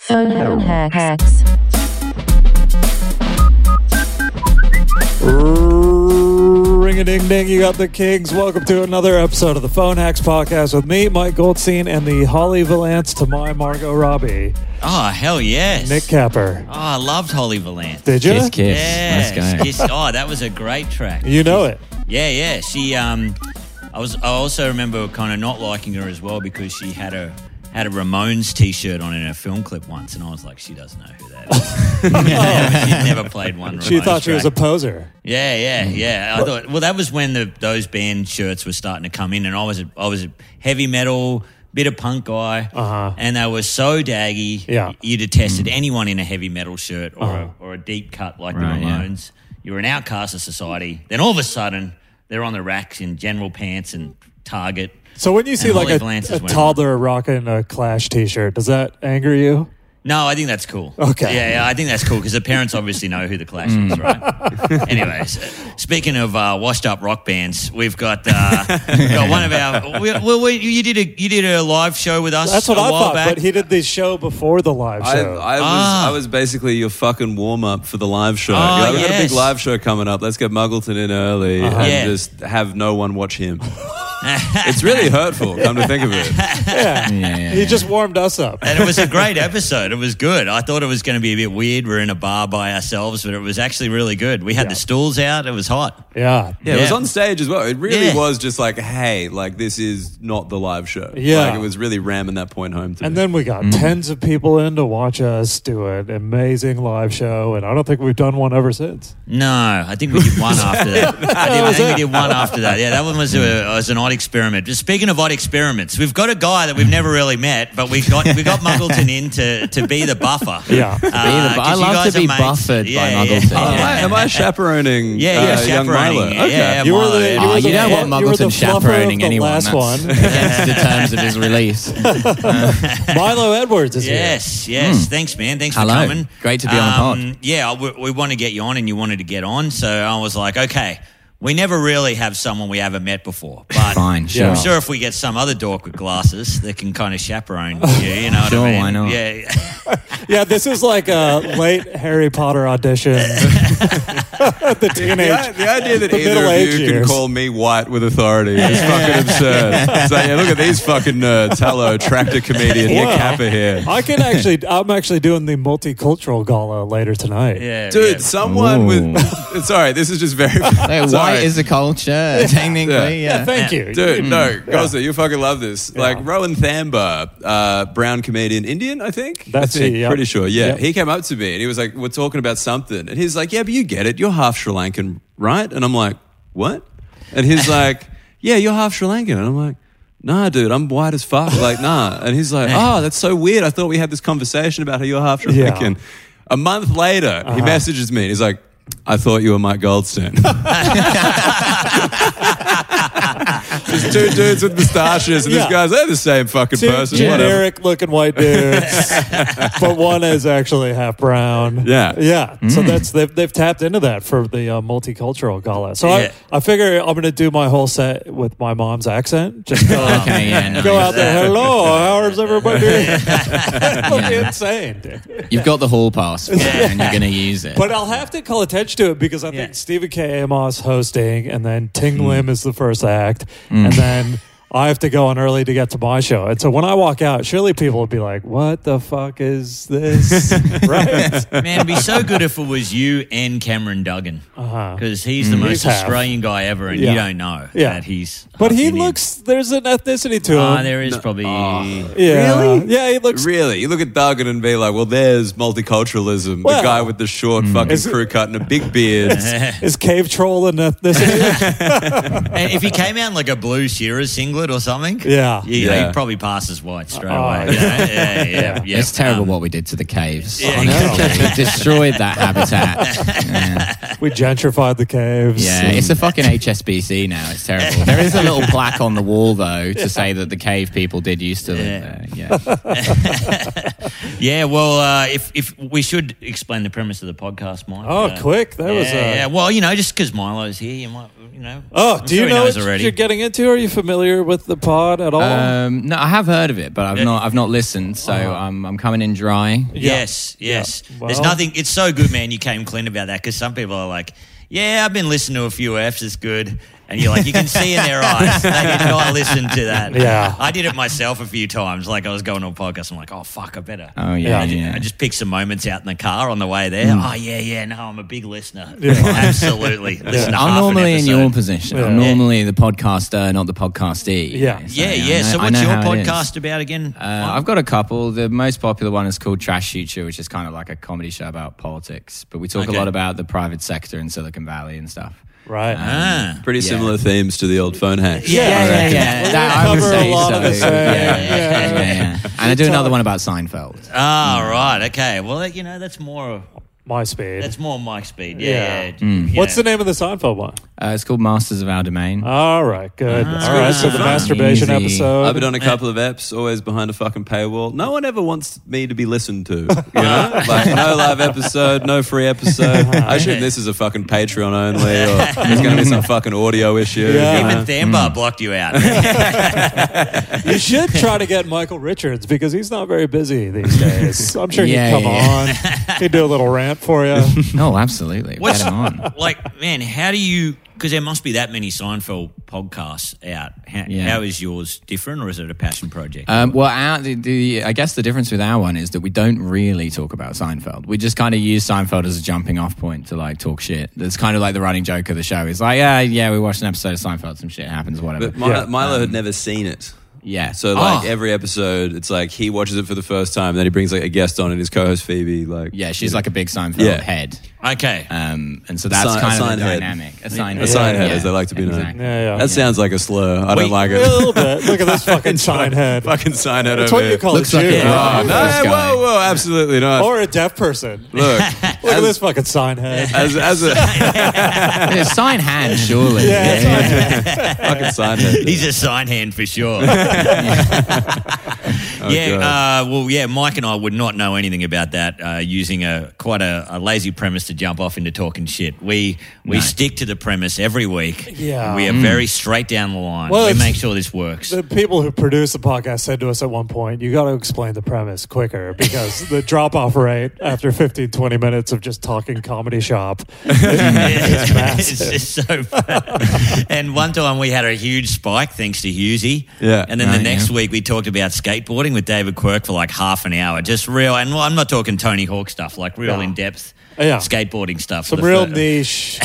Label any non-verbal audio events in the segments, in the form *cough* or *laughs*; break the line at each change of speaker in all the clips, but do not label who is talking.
Phone hacks.
Ring a ding ding, you got the kings. Welcome to another episode of the Phone Hacks Podcast with me, Mike Goldstein, and the Holly Valance to my Margot Robbie,
Oh, hell yes.
Nick Capper.
Oh, I loved Holy Valance.
Did you?
Kiss, kiss.
Yes.
Let's go.
Yes. Oh, that was a great track.
You know it.
Yeah, yeah. She, um, I was. I also remember kind of not liking her as well because she had a had a Ramones T-shirt on in a film clip once, and I was like, she doesn't know who that is. *laughs*
*laughs*
She'd never- she'd never played one.
She
Ramones
thought she was a
track.
poser.
Yeah, yeah, yeah. I thought. Well, that was when the those band shirts were starting to come in, and I was a, I was a heavy metal, bit of punk guy,
Uh-huh.
and they were so daggy.
Yeah.
you detested anyone in a heavy metal shirt or
Uh-huh.
a, or a deep cut like
Right,
the
yeah.
Ramones. You were an outcast of society. Then all of a sudden, they're on the racks in general pants and Target.
So when you see
And
like
Holly
a,
Valance is
a
one of them.
toddler rocking a Clash T-shirt, does that anger you?
No, I think that's cool.
Okay. Mm.
Yeah, yeah I think that's cool because the parents obviously know who the Clash is,
*laughs*
right? Anyways, uh, speaking of uh, washed-up rock bands, we've got, uh, we've got one of our. We, well, we, you did a you did a live show with us.
That's what
a
I
while
thought.
Back.
But he did the show before the live
I,
show.
I, was,
Ah.
I was basically your fucking warm up for the live show.
Ah,
You're like, I've got a
yes. Uh-huh.
big live show coming up. Let's get Muggleton in early and
Yeah.
just have no one
*laughs*
watch him. it's really hurtful, come to think of it.
yeah.
Yeah, yeah,
he
yeah.
just warmed us up.
and it was a great episode. It was good. I thought it was going to be a bit weird. We're in a bar by ourselves, but it was actually really good. We had the stools out. It was hot.
Yeah.
Yeah, it was
Yeah.
on stage as well. It really
Yeah.
was just like, hey, like this is not the live show.
Yeah.
Like it was really ramming that point home to
And
me.
then we got
Mm-hmm.
tens of people in to watch us do an amazing live show, and I don't think we've done one ever since.
No, I think we did
*laughs*
one after that. I, think, I think we did one after that. Yeah, that one was,
Hmm.
a, was an odd experiment. Just speaking of odd experiments, we've got a guy that we've never really met, but we got we got Muggleton in to, to be the buffer.
Yeah.
Uh,
To be the bu-
I
'cause you
love
guys
to
are
be
mates.
buffered by Muggleton,
Oh, am, I,
Yeah,
am I chaperoning
yeah,
uh,
yeah,
young
chaperoning.
Milo?
Yeah,
Okay.
yeah,
You were
Milo,
the-
yeah.
you
Oh,
were the-
you don't want
you were the
Muggleton
fluffer of
chaperoning
the
anyone.
last
That's
one.
against *laughs* the terms of his release.
*laughs* Milo Edwards is
Yes, yes. Thanks, man. Thanks
Hmm. Hello.
for coming. Um,
Great to be on the pod.
Yeah, we, we want to get you on, and you wanted to get on, so I was like, okay. We never really have someone we haven't met before, but
Fine, sure.
I'm sure if we get some other dork with glasses that can kind of chaperone you, you know what
Sure,
I mean?
why not?
Yeah, *laughs*
here. Yeah, this is like a late Harry Potter audition. *laughs* the
The,
teenage.
i- the idea that
The
either of
middle-aged
you
years.
can call me white with authority is
*laughs*
fucking absurd. So yeah, look at these fucking nerds. Hello, tractor comedian
Well,
Nick Kappa here.
I can actually. I'm actually doing the multicultural gala later tonight.
yeah,
Dude,
yeah.
someone
Ooh.
with *laughs* sorry, this is just very
Hey,
sorry.
white is a culture,
*laughs*
technically.
Yeah,
Yeah.
thank you.
Dude, no, Gozer, you fucking love this. Like Rowan Thamber, uh, brown comedian, Indian, I think.
That's
I think,
it, yeah.
Pretty sure, yeah.
Yeah.
He came up to me and he was like, "We're talking about something," and he's like, "Yeah, but you get it. You're half Sri Lankan, right?" And I'm like, "What?" And
*laughs*
he's like, "Yeah, you're half Sri Lankan," and I'm like. Nah, dude, I'm white as fuck. Like, nah. And he's
*laughs*
like, oh, that's so weird. I thought we had this conversation about how you're half Sri
Yeah. Uh-huh.
Lankan. A month later, he messages me and he's like, I thought you were
*laughs*
Mike Goldstein. Just two dudes with moustaches, and
Yeah.
this guy's they're the same fucking
Two
person. Whatever.
generic looking white dudes, but one is actually half brown.
Yeah.
yeah. So that's they've, they've tapped into that for the uh, multicultural gala. So
Yeah.
I, I figure I'm going to do my whole set with my mom's accent.
*laughs*
Just go, out-
Oh, Okay, yeah, nice.
go out there. Hello, how's everybody? *laughs* That'll be insane. dude.
You've got the hall pass, for it, and you're going to use it.
But I'll have to call attention to it because I think
Yeah.
Stephen K. Amos hosting, and then Ting Lim is the first act, and then. I have to go on early to get to my show. And so when I walk out, surely people will be like, what the fuck is this? right?
Man, it'd be so good if it was you and Cameron Duggan
Uh-huh.
because
Mm.
he's the most
He's half.
Australian guy ever, and
Yeah.
you don't know
Yeah.
that he's.
But
half
he
Indian.
looks. There's an ethnicity to him.
Ah, there is probably.
Ah.
yeah.
Really?
Yeah, he
*laughs*
looks.
Really, you look at Duggan and be like, "Well, there's multiculturalism.
Well-
the guy with the short fucking
Is it-
crew cut and a
*laughs*
big beard."
Is cave troll an ethnicity?
And if he came out in like a blue Shearer singlet or something,
Yeah.
you know,
Yeah.
he'd probably pass as white straight
Oh,
away. you know? Yeah,
*laughs*
yeah, yeah. yeah.
it's terrible
Um,
what we did to the caves.
yeah,
Honestly,
exactly.
We've destroyed
*laughs*
that habitat. Yeah.
we gentrified the caves.
Yeah, it's a fucking HSBC now. It's terrible. There is a little plaque on the wall though to say that the cave people did used to live there. Yeah,
yeah, well, uh, if if we should explain the premise of the podcast, Mike.
Oh,
uh,
quick! That
yeah,
was. Uh,
yeah. Well, you know, just because Milo's here, you might, you know.
Oh,
I'm
do
sure
you
he
know
knows
what you're getting into? Are you familiar with with the pod at all?
Um, no, I have heard of it, but I've
Yeah.
not. I've not listened. So
Uh-huh.
I'm. I'm coming in dry.
Yes, yes. There's
Well-
nothing. It's so good, man. You came clean about that because some people are like, "Yeah, I've been listening to a few Fs. It's good." And you're like, you can see in
*laughs*
their eyes they did not listen to that.
Yeah.
I did it myself a few times. Like I was going to a podcast, I'm like, "Oh fuck, I better."
Oh yeah.
Yeah.
yeah.
I just picked some moments out in the car on the way there.
Mm.
Oh yeah, yeah. No, I'm a big listener. *laughs* Absolutely. Listen to half
I'm
an
normally in
episode.
your position. I'm
Yeah.
normally the podcaster, not the podcastee.
Yeah.
Yeah,
I
yeah.
know-
so
I
what's
know
your
how it is.
podcast about again?
Uh, I've got a couple. The most popular one is called Trash Future, which is kind of like a comedy show about politics. But we talk
Okay.
a lot about the private sector in Silicon Valley and stuff.
right.
ah.
Pretty
Yeah.
similar themes to the old phone hacks.
Yeah, yeah,
I reckon.
yeah.
That
We
I would
cover a
say
lot
so.
of the same.
Yeah, yeah,
Yeah.
yeah, yeah. And I do another one about Seinfeld.
Hmm.
Ah, right. Okay. Well, that- you know, that's more
My speed.
that's more my speed. Yeah.
Yeah. Hmm.
yeah, yeah.
What's the name of the Seinfeld one?
Uh, it's called Masters of Our Domain.
Uh.
All right, good. All right, so the
fun.
masturbation
Easy.
episode.
I've been on a couple of apps, always behind a fucking paywall. No one ever wants me to be listened to. You
*laughs*
know, like no live episode, no free episode. I assume this is a fucking Patreon only,
*laughs*
or there's going to be some fucking audio issue.
Yeah.
you know?
Even Thambar
Hmm.
blocked you
*laughs*
out. yeah,
you should try to get Michael Richards because he's not very busy these days. I'm sure
Yeah,
he'd come
yeah.
on. He'd do a little rant for you.
No, Oh, absolutely.
What's-
Get them on.
like, man, how do you? Because there must be that many Seinfeld podcasts out. How,
Yeah.
how is yours different, or is it a passion project?
Um, well, our, the, the, I guess the difference with our one is that we don't really talk about Seinfeld. We just kind of use Seinfeld as a jumping off point to like talk shit. That's kind of like the running joke of the show. It's like, yeah, yeah, we watched an episode of Seinfeld, some shit happens, whatever.
But Mi-
Yeah.
Milo had never seen it.
yeah. Oh!
So like
Ah.
every episode, it's like he watches it for the first time, then he brings like a guest on, and his co-host Phoebe, like
yeah, she's like a big Seinfeld
Yeah.
head.
Uh,
okay.
Um, and so that's
sign-
kind
a
of
sign
the
head.
dynamic. A sign
a
head.
sign head,
yeah.
as they like to be known.
Exactly.
Yeah, yeah.
That sounds like a slur. I
Wait.
don't like
a
it.
little
*laughs*
bit. Look at this fucking
Sign-
sign head.
Fucking sign head
That's
over
what you
here.
call it.
Looks like a
Oh,
rock.
no,
This
hey,
guy.
whoa, whoa, absolutely not.
Or a deaf person. Look
*laughs*
Look,
at this fucking sign head.
*laughs* as as a
Yeah, sign hand, surely.
Yeah,
Yeah.
it's like-
fucking sign head.
He's a sign hand for sure.
*laughs*
*laughs* yeah, uh, well, yeah. Mike and I would not know anything about that. Uh, using a quite a, a lazy premise to jump off into talking shit. We we stick to the premise every week.
Yeah.
we are very straight down the line.
Um, Hmm. Well,
we
it's-
make sure this
*laughs*
works.
The people who produce the podcast said to us at one point, you got to explain the premise quicker *laughs* because the drop off rate after 15, 20 minutes of just talking comedy shop is
*laughs*
massive.
it's just so fun. and one time we had a huge spike thanks to Husey.
Yeah.
And then
Oh,
the
Right,
next
yeah.
week we talked about skateboarding with David Quirk for like half an hour. Just real, and well, I'm not talking Tony Hawk stuff, like real
No.
in depth
Yeah.
skateboarding stuff. for
Some
the
real
fir-
*laughs* niche,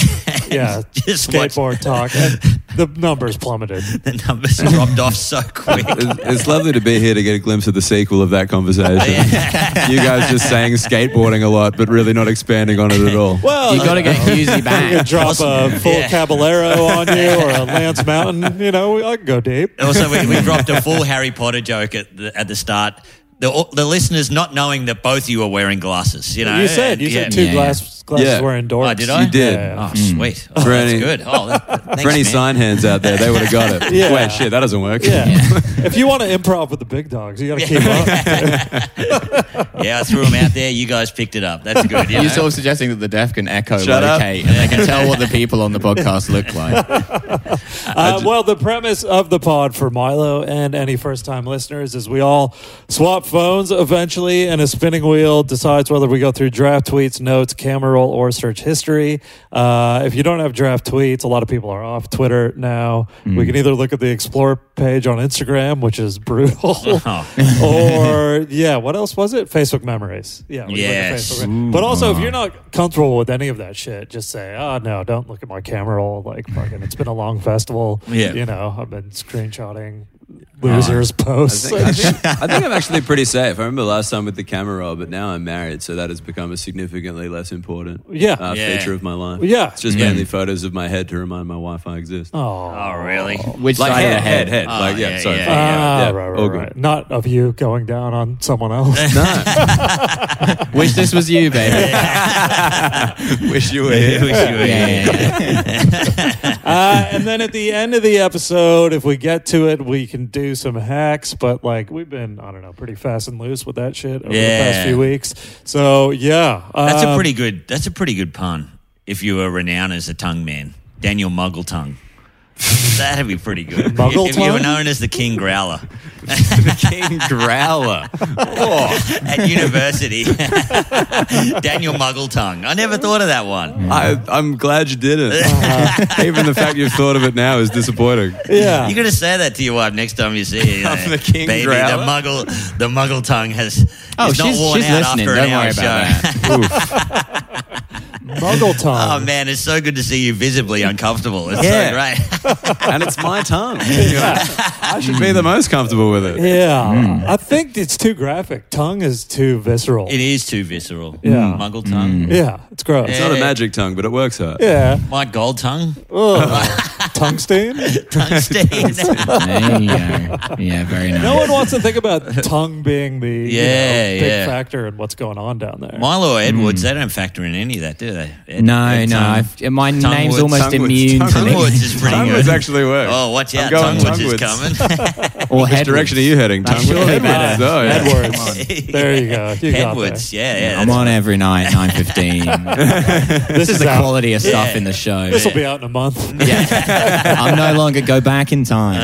yeah,
Just watch-
skateboard talk. And the numbers plummeted.
*laughs* The numbers dropped off so
*laughs*
quick.
It's, it's lovely to be here to get a glimpse of the sequel of that conversation. *laughs* you guys just saying skateboarding a lot, but really not expanding on it at all.
Well,
you got to get Husey
I could
back.
drop a full
Yeah.
Caballero on you or a Lance Mountain. You know, I can go deep.
Also, we, we dropped a full Harry Potter joke at the, at the start. The, the listeners not knowing that both you are wearing glasses, you know.
You said
and-
you
yeah.
said two
Yeah, yeah.
glass, glasses
Yeah.
were indoors.
Oh, did I?
You did.
Yeah.
Oh, *laughs* sweet. Oh,
For
that's
any-
good. Oh, that, thanks,
For any
man.
sign hands out there, they would have got it.
Yeah.
Wait, shit, that doesn't work.
Yeah.
*laughs*
if you want to improv with the big dogs, you got to keep up.
Yeah, I threw them out there. You guys picked it up. That's good.
*laughs*
You
You're
know?
sort of suggesting that the deaf can echo
Shut up.
locate and they can tell what the people on the podcast look like.
*laughs*
Uh, well, the premise of the pod for Milo and any first time listeners is we all swap phones eventually, and a spinning wheel decides whether we go through draft tweets, notes, camera roll, or search history. Uh, if you don't have draft tweets, a lot of people are off Twitter now. We can either look at the Explore page on Instagram, which is brutal, or yeah, what else was it? Facebook memories. Yeah. we look at
Yes.
Facebook memories. But also, if you're not comfortable with any of that shit, just say, oh, no, don't look at my camera roll. Like, fucking, it's been a long festival.
Yeah.
You know, I've been screenshotting losers' posts.
Uh, I think, I think I'm actually pretty safe. I remember last time with the camera roll, but now I'm married, so that has become a significantly less important
*laughs* Yeah.
uh,
Yeah. Mm.
feature of my life.
Yeah.
It's just
Yeah.
mainly photos of my head to remind my wife I exist.
oh.
oh, really? *laughs*
Which
Like
side of
head,
the
head, head,
head?
Oh,
like yeah,
yeah,
sorry.
yeah,
fuck,
Ah,
yeah.
right, right,
All good. *laughs*
right. Not of you going down on someone else.
Wish this was you,
*laughs*
baby.
Wish you were
Who
here.
is you?
Yeah, yeah, yeah.
*laughs*
uh, and then at the end of the episode, if we get to it, we can do some hacks. But like we've been, I don't know, pretty fast and loose with that shit over the
Yeah.
past few weeks. So yeah,
That's a
um,
pretty good. That's a pretty good pun. If you were renowned as a tongue man, Daniel Muggletongue. *laughs* That'd be pretty good.
Muggle
if, if you were
time?
known as the King Growler
the King Growler. Oh.
*laughs* at university, *laughs* Daniel Muggletongue. I never thought of that one.
I, I'm glad you
*laughs*
didn't. Even the fact you've thought of it now is *laughs* disappointing.
Yeah.
You got to say that to your wife next time you see
*laughs*
her. you
I'm
know,
the King
Baby,
Growler."
the muggle, the muggle tongue has.
Oh,
is not
she's,
worn
she's
out
listening.
After
Don't
an
worry
hour
about
show.
that.
*laughs*
Muggle
*laughs* Oh
tongue.
man, it's so good to see you visibly uncomfortable. It's
Yeah.
so
*laughs*
great.
And it's my *laughs* tongue. I should *laughs* be the most comfortable with it.
yeah. I think it's too graphic. Tongue is too visceral.
Hmm. it is too visceral. Mm.
Yeah.
muggle tongue.
Mm.
yeah. It's gross.
It's not a magic tongue, but it works hard.
Yeah.
My gold
*laughs*
tongue, *laughs*
Ugh. Tungsten?
*laughs*
tungsten.
There you go. Yeah, very nice.
No one wants to think about tongue being the you know,
Yeah,
big
yeah.
factor in what's going on down there.
Milo or Edwards, they don't factor in any of that, do they? Ed-
Mm. No,
Ed-
no.
tongue-
I've, my
Tongue
name's
Woods,
almost
Tongue Woods,
immune
Tongue
to
Tongue
me.
Woods is pretty
Tongue
good.
woods actually works.
Oh, watch
I'm
out. Tongue
going
Woods
tongue
is
woods.
coming.
Or
Which
head
direction are
woods.
you heading?
That's
Tongue woods?
really
bad.
Oh, yeah.
Edwards.
*laughs*
There you go. You got
Edwards,
there.
yeah, yeah.
I'm
that's
on
right.
every night, 9.15.
This,
this is
is
the
out.
quality of stuff
Yeah.
in the show.
This will be out in a month.
*laughs*
Yeah. I'm no longer go back in time.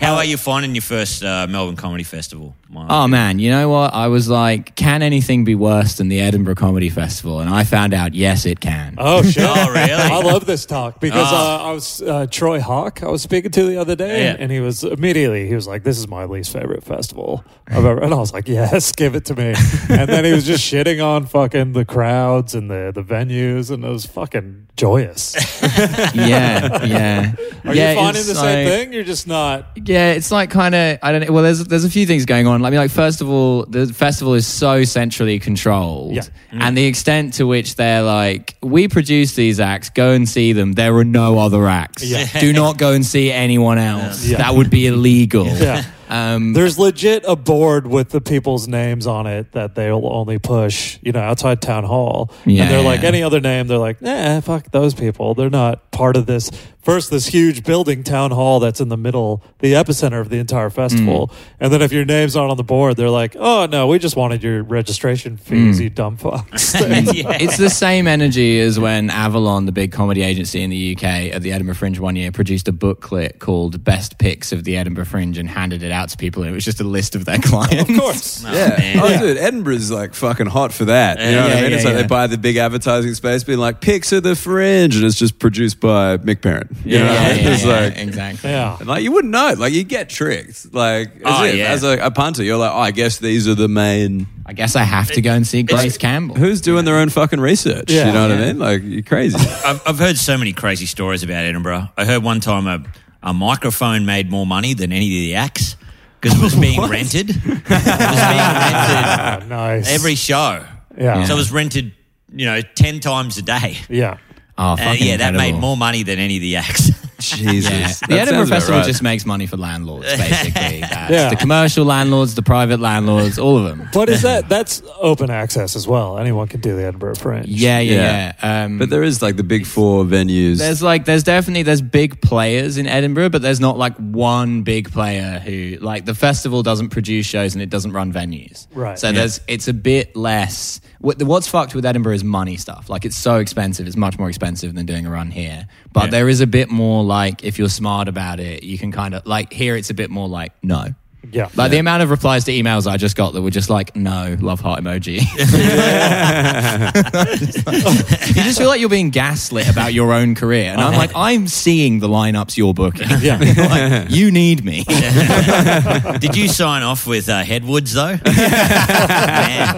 How are you finding your first uh, Melbourne Comedy Festival? Milo?
Oh man, you know what? I was like, can anything be worse than the Edinburgh Comedy Festival? And I found out, yes, it can.
Oh, shit.
Oh, really?
I love this talk because
Ah.
uh, I was uh, Troy Hawk. I was speaking to the other day,
Yeah.
and, and he was immediately he was like, "This is my least favorite festival I've ever." And I was like, "Yes, give it to me." and then he was just shitting on fucking the crowds and the the venues, and it was fucking joyous. *laughs*
yeah, yeah.
Are
yeah,
you finding
it's
the same
like-
thing? You're just not.
Yeah, it's like kind of I don't know. Well, there's there's a few things going on. I mean, like first of all, the festival is so centrally controlled,
Yeah. Mm.
and the extent to which they're like, we produce these acts, go and see them. There are no other acts.
Yeah.
Do not go and see anyone else.
Yeah.
That would be illegal. *laughs*
Yeah.
Um,
There's legit a board with the people's names on it that they'll only push, you know, outside town hall.
Yeah,
and they're like
yeah.
any other name, they're like, nah, fuck those people. They're not part of this. First, this huge building town hall that's in the middle, the epicenter of the entire festival. And then if your name's not on the board, they're like, oh no, we just wanted your registration fees, you dumb fucks.
*laughs* Yeah.
it's the same energy as when Avalon, the big comedy agency in the UK, at the Edinburgh Fringe one year, produced a booklet called "Best Picks of the Edinburgh Fringe" and handed it out to people, and it was just a list of their *laughs* clients.
of course.
Oh,
Yeah.
man.
Oh, dude, Edinburgh's like fucking hot for that. You know what
Yeah,
I mean?
yeah,
it's like
yeah.
they buy the big advertising space, being like, pics of the fringe. And it's just produced by Mick Parent. You know what I mean? *laughs* It's like,
exactly.
Yeah.
And, Like you wouldn't know. Like you get tricked. Like as,
Oh,
if-
yeah.
as a, a punter, you're like, oh, I guess these are the main.
I guess I have to go and see Grace Campbell.
Who's doing their own fucking research?
Yeah.
you know what
Yeah.
I mean? Like you're
*laughs*
crazy.
I've, I've heard so many crazy stories about Edinburgh. I heard one time a, a microphone made more money than any of the acts because it
*laughs*
was being rented. It was being rented
Ah, *laughs* nice.
every show.
Yeah.
So it was rented, you know, 10 times a day.
yeah.
Oh,
Uh,
fucking
yeah, that
incredible.
made more money than any of the
*laughs*
acts.
Jesus.
Yeah.
That
The Edinburgh
sounds about
Festival
right.
just makes money for landlords, basically. That's
Yeah.
The commercial landlords, the private landlords, all of them.
But is that that's open access as well? Anyone can do the Edinburgh Fringe.
Yeah, yeah,
Yeah.
yeah. Um,
But there is like the big four venues.
there's like there's definitely there's big players in Edinburgh, but there's not like one big player who like the festival doesn't produce shows and it doesn't run venues.
Right.
So there's it's a bit less. What, what's fucked with Edinburgh is money stuff. Like it's so expensive. It's much more expensive than doing a run here. But
Yeah.
there is a bit more like if you're smart about it, you can kind of like here. It's a bit more like no.
Yeah.
Like the amount of replies to emails I just got that were just like no love heart
*laughs*
emoji. *laughs* you just feel like you're being gaslit about your own career. And I'm
Uh-huh.
like, I'm seeing the lineups you're
*laughs*
booking.
Yeah.
*laughs* Like, you need me.
Did you sign off with uh, Headwoods,
*laughs*
though? Man.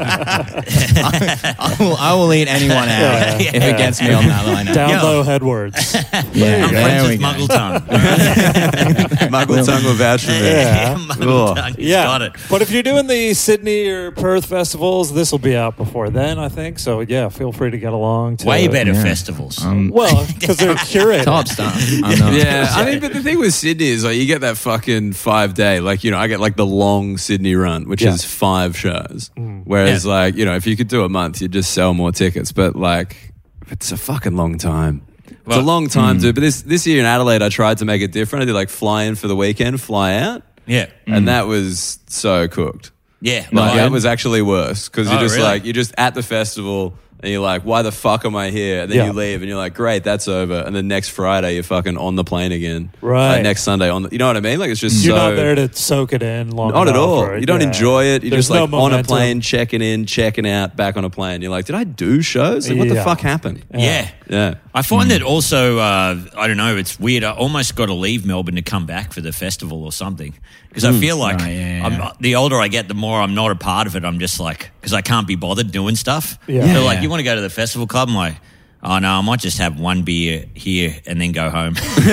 I will, I will eat anyone out
Yeah.
if it gets me on that lineup.
Down
Yeah.
low
*laughs*
headwards.
yeah,
I'm friends
there we
with
go.
Muggle
*laughs*
Tongue. *laughs*
*laughs* Michael Tongue will vouch for me.
Yeah.
Muggle Tongue. he's
yeah.
Got it.
But if you're doing the Sydney or Perth festivals, this will be out before then, I think. So yeah, feel free to get along. To,
Way better festivals.
Um,
Well, because
*laughs*
they're curated.
Top stuff. I know. *laughs*
Yeah, I mean, but the thing with Sydney is like you get that fucking five day, like you know, I get like the long Sydney run, which
Yeah. Mm.
is five shows. Whereas,
Yeah.
like you know, if you could do a month, you'd just sell more tickets. But like, it's a fucking long time. It's
Well-
a long time, dude. But this this year in Adelaide, I tried to make it different. I did like fly in for the weekend, fly out,
yeah.
and that was so cooked.
Yeah.
Like
well,
that was actually worse because
Oh,
you're just
really?
like you're just at the festival. and you're like, why the fuck am I here? And then
Yeah.
you leave, and you're like, great, that's over. And then next Friday, you're fucking on the plane again.
Right.
Like, next Sunday on, the, you know what I mean? Like it's just
You're
so
not there to soak it in long
not at
enough,
all.
or-
You don't
yeah.
enjoy it. You're
There's
just like
no
on a
momentum.
plane, checking in, checking out, back on a plane. You're like, did I do shows? Like, what the
Yeah.
fuck happened?
Yeah.
Yeah.
I
Hmm.
find that also, uh, I don't know, it's weird. I almost got to leave Melbourne to come back for the festival or something. Because
Hmm.
I feel like
Oh, yeah,
I'm
yeah.
not- the older I get, the more I'm not a part of it. I'm just like, because I can't be bothered doing stuff.
Yeah.
They're
Yeah.
like, you want to go to the festival club? I'm like, oh no, I might just have one beer here and then go
*laughs*
home. *laughs*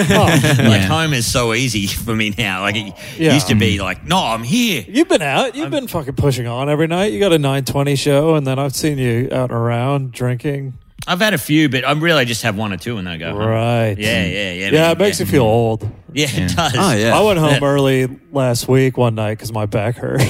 like, home is so easy *laughs* for me now. Like, it
Yeah. Mm.
used to be like, no, I'm here.
You've been out. You've been fucking pushing on every night. You got a 920 show, and then I've seen you out and around drinking.
I've had a few, but I really just have one or two and then I
Uh-huh.
go home.
Right.
Yeah, yeah, yeah.
Yeah,
man,
it makes
yeah.
you feel old.
Yeah, it does.
Oh yeah.
I went
*laughs*
home early last week one night because my back hurt.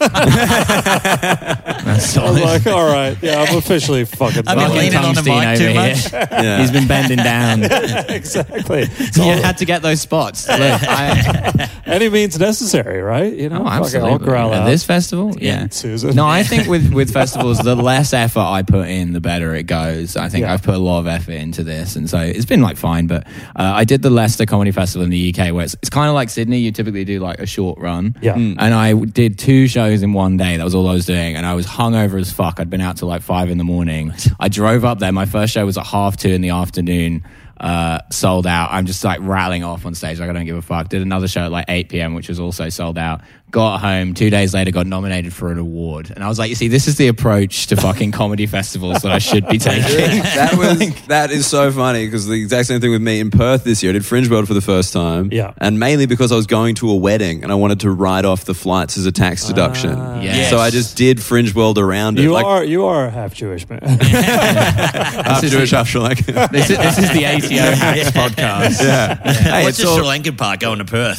I was
*laughs*
like, all right, yeah, I'm officially fucking
I've been
done."
leaning on the
Tungsten
mic too
over
much.
here.
*laughs*
Yeah.
He's been
*laughs*
bending down. you
exactly. It's all-
had to get those spots. Look,
*laughs*
I,
any means necessary, right? You know,
Oh,
fucking
absolutely.
I'll growl
At
out.
this festival? Yeah.
Susan. *laughs*
No, I think with, with festivals, the less effort I put in, the better it goes. I think
Yeah.
I've put a lot of effort into this. And so it's been like fine. But uh, I did the Leicester Comedy Festival in the UK where it's, it's kind of like Sydney. You typically do like a short run.
Yeah. Mm.
And I w- did two shows in one day. That was all I was doing. And I was hungover as fuck. I'd been out till like five in the morning. I drove up there. My first show was at half two in the afternoon. Uh, sold out. I'm just like rattling off on stage. Like, I don't give a fuck. Did another show at like 8 p.m., which was also sold out. Got home two days later, got nominated for an award. And I was like, you see, this is the approach to fucking comedy festivals that I should be taking.
*laughs*
that was that is so funny because the exact same thing with me in Perth this year. I did Fringe World for the first time,
Yeah.
and mainly because I was going to a wedding and I wanted to write off the flights as a tax deduction.
yes.
So I just did Fringe World around it.
Ah. you
like,
are you are a half Jewish
*laughs*
man. *laughs*
half
is
Jewish,
the-
half Sri
*laughs*
Lankan. *laughs*
this, is, this is the ATO Hacks podcast.
yeah. Hey,
What's
it's
a Sri
all
Lankan part going to Perth?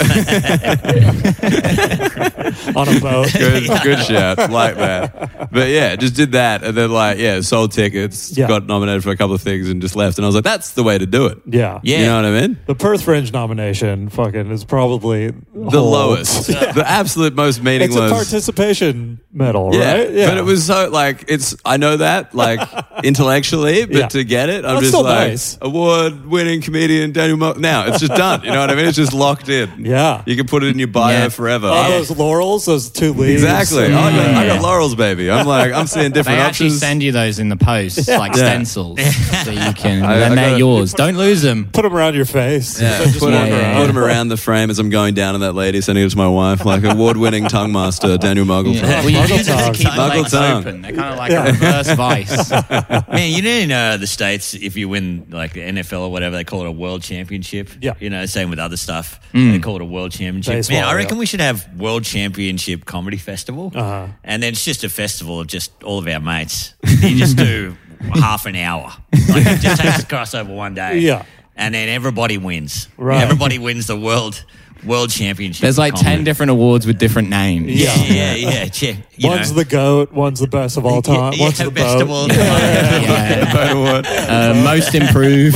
on a boat.
*laughs* good, good shout, like that. But yeah, just did that, and then like yeah, sold tickets,
Yeah.
got nominated for a couple of things, and just left. And I was like, that's the way to do it.
Yeah.
Yeah.
You know what I mean?
The Perth Fringe nomination fucking is probably
The
*laughs*
lowest, the absolute most
Oh. It's a
meaningless.
participation medal,
Yeah,
right?
but it was so like it's. I know that
*laughs*
like intellectually, but
Yeah.
to get it, I'm
That's
just
still
like
nice.
award-winning comedian Daniel. Mo- now it's just done. You know what I mean? It's just locked in.
Yeah.
you can put it in your bio
Yeah.
forever.
Oh, those laurels, those two leaves.
exactly.
Yeah.
I, got, I got
Yeah.
laurels, baby. I'm like I'm seeing
They
different
actually
options.
send you those in the post, like
Yeah.
stencils. so you can,
I-
then
I
they're
gotta-
yours. Don't lose them.
Put them around your face.
Yeah,
So just
put,
walk
them
yeah,
around.
yeah.
around the frame as I'm going down, and that lady sending it to my wife, like award-winning tongue master Daniel Muggle. *laughs*
*laughs*
Well, you
Muggle
use it to
tongue.
keep the
Muggle
legs
tongue.
open. They're kind of like a reverse vice.
Man, you know in uh, the states, if you win like the NFL or whatever, they call it a world championship.
Yeah.
you know, same with other stuff. They call it a world championship.
Baseball,
Man, I reckon
yeah.
we should have world championship comedy festival, uh-huh. and then it's just a festival of just all of our mates. You just do half an hour. Like, it just takes a crossover one day.
Yeah.
and then everybody wins.
Right.
everybody wins the world world championship.
There's like
of comedy.
10 different awards with different names.
Yeah.
Yeah, yeah, yeah. Check. You
One's
know.
the goat. One's the best
*laughs*
of all time.
Yeah,
one's
yeah,
the
best
boat. *laughs*
of all time.
Yeah.
Boat award.
Uh, most improved.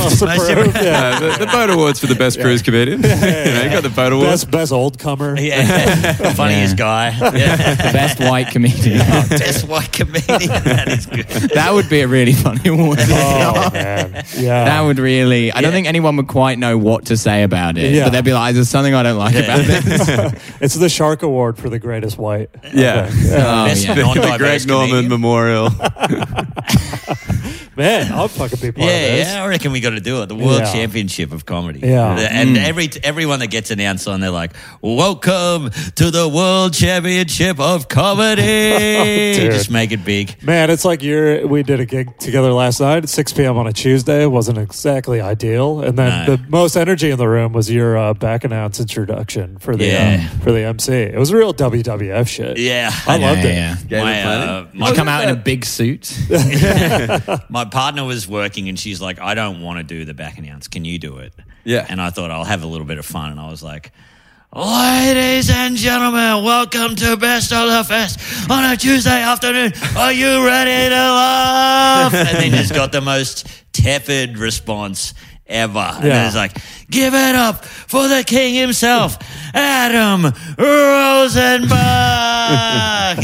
*laughs* Most approved, yeah.
Yeah, the, the boat awards for the best cruise comedian. *laughs* you, know, you got the boat awards.
Best best old comer.
*laughs* Yeah, *laughs* funniest guy. *laughs* Yeah.
Best white
*laughs*
comedian.
Best white comedian. That is good.
that would be a really funny
*laughs*
award.
Oh man. Yeah.
That would really. I don't think anyone would quite know what to say about it.
Yeah.
But they'd be like, "There's something I don't like about this."
it's the Shark Award for the greatest white.
Yeah.
Oh,
Best
yeah.
The,
non-diverse
the Greg Norman
comedian.
Memorial.
Man, I'll fucking be part of
Yeah,
this.
yeah, I reckon we got to do it. The World
Yeah.
Championship of Comedy.
Yeah.
and every everyone that gets announced on, they're like, "Welcome to the World Championship of Comedy."
Dude.
Just make it big.
Man, it's like you're. We did a gig together last night at 6 p.m. on a Tuesday. It wasn't exactly ideal, and then
No.
the most energy in the room was your uh, back announce introduction for the
Yeah.
uh, for the MC. It was real WWF shit.
Yeah,
I loved
yeah,
it.
yeah.
Game
My,
of planning?
uh,
I
my,
come out in a big suit.
my partner was working and she's like, I don't want to do the back announce. Can you do it?
Yeah.
And I thought I'll have a little bit of fun. And I was like, Ladies and gentlemen, welcome to Best of the Fest on a Tuesday afternoon.
*laughs*
Are you ready to laugh? and then just got the most tepid response ever. And
Yeah.
then it's like, give it up for the king himself,
*laughs*
Adam Rosenbach.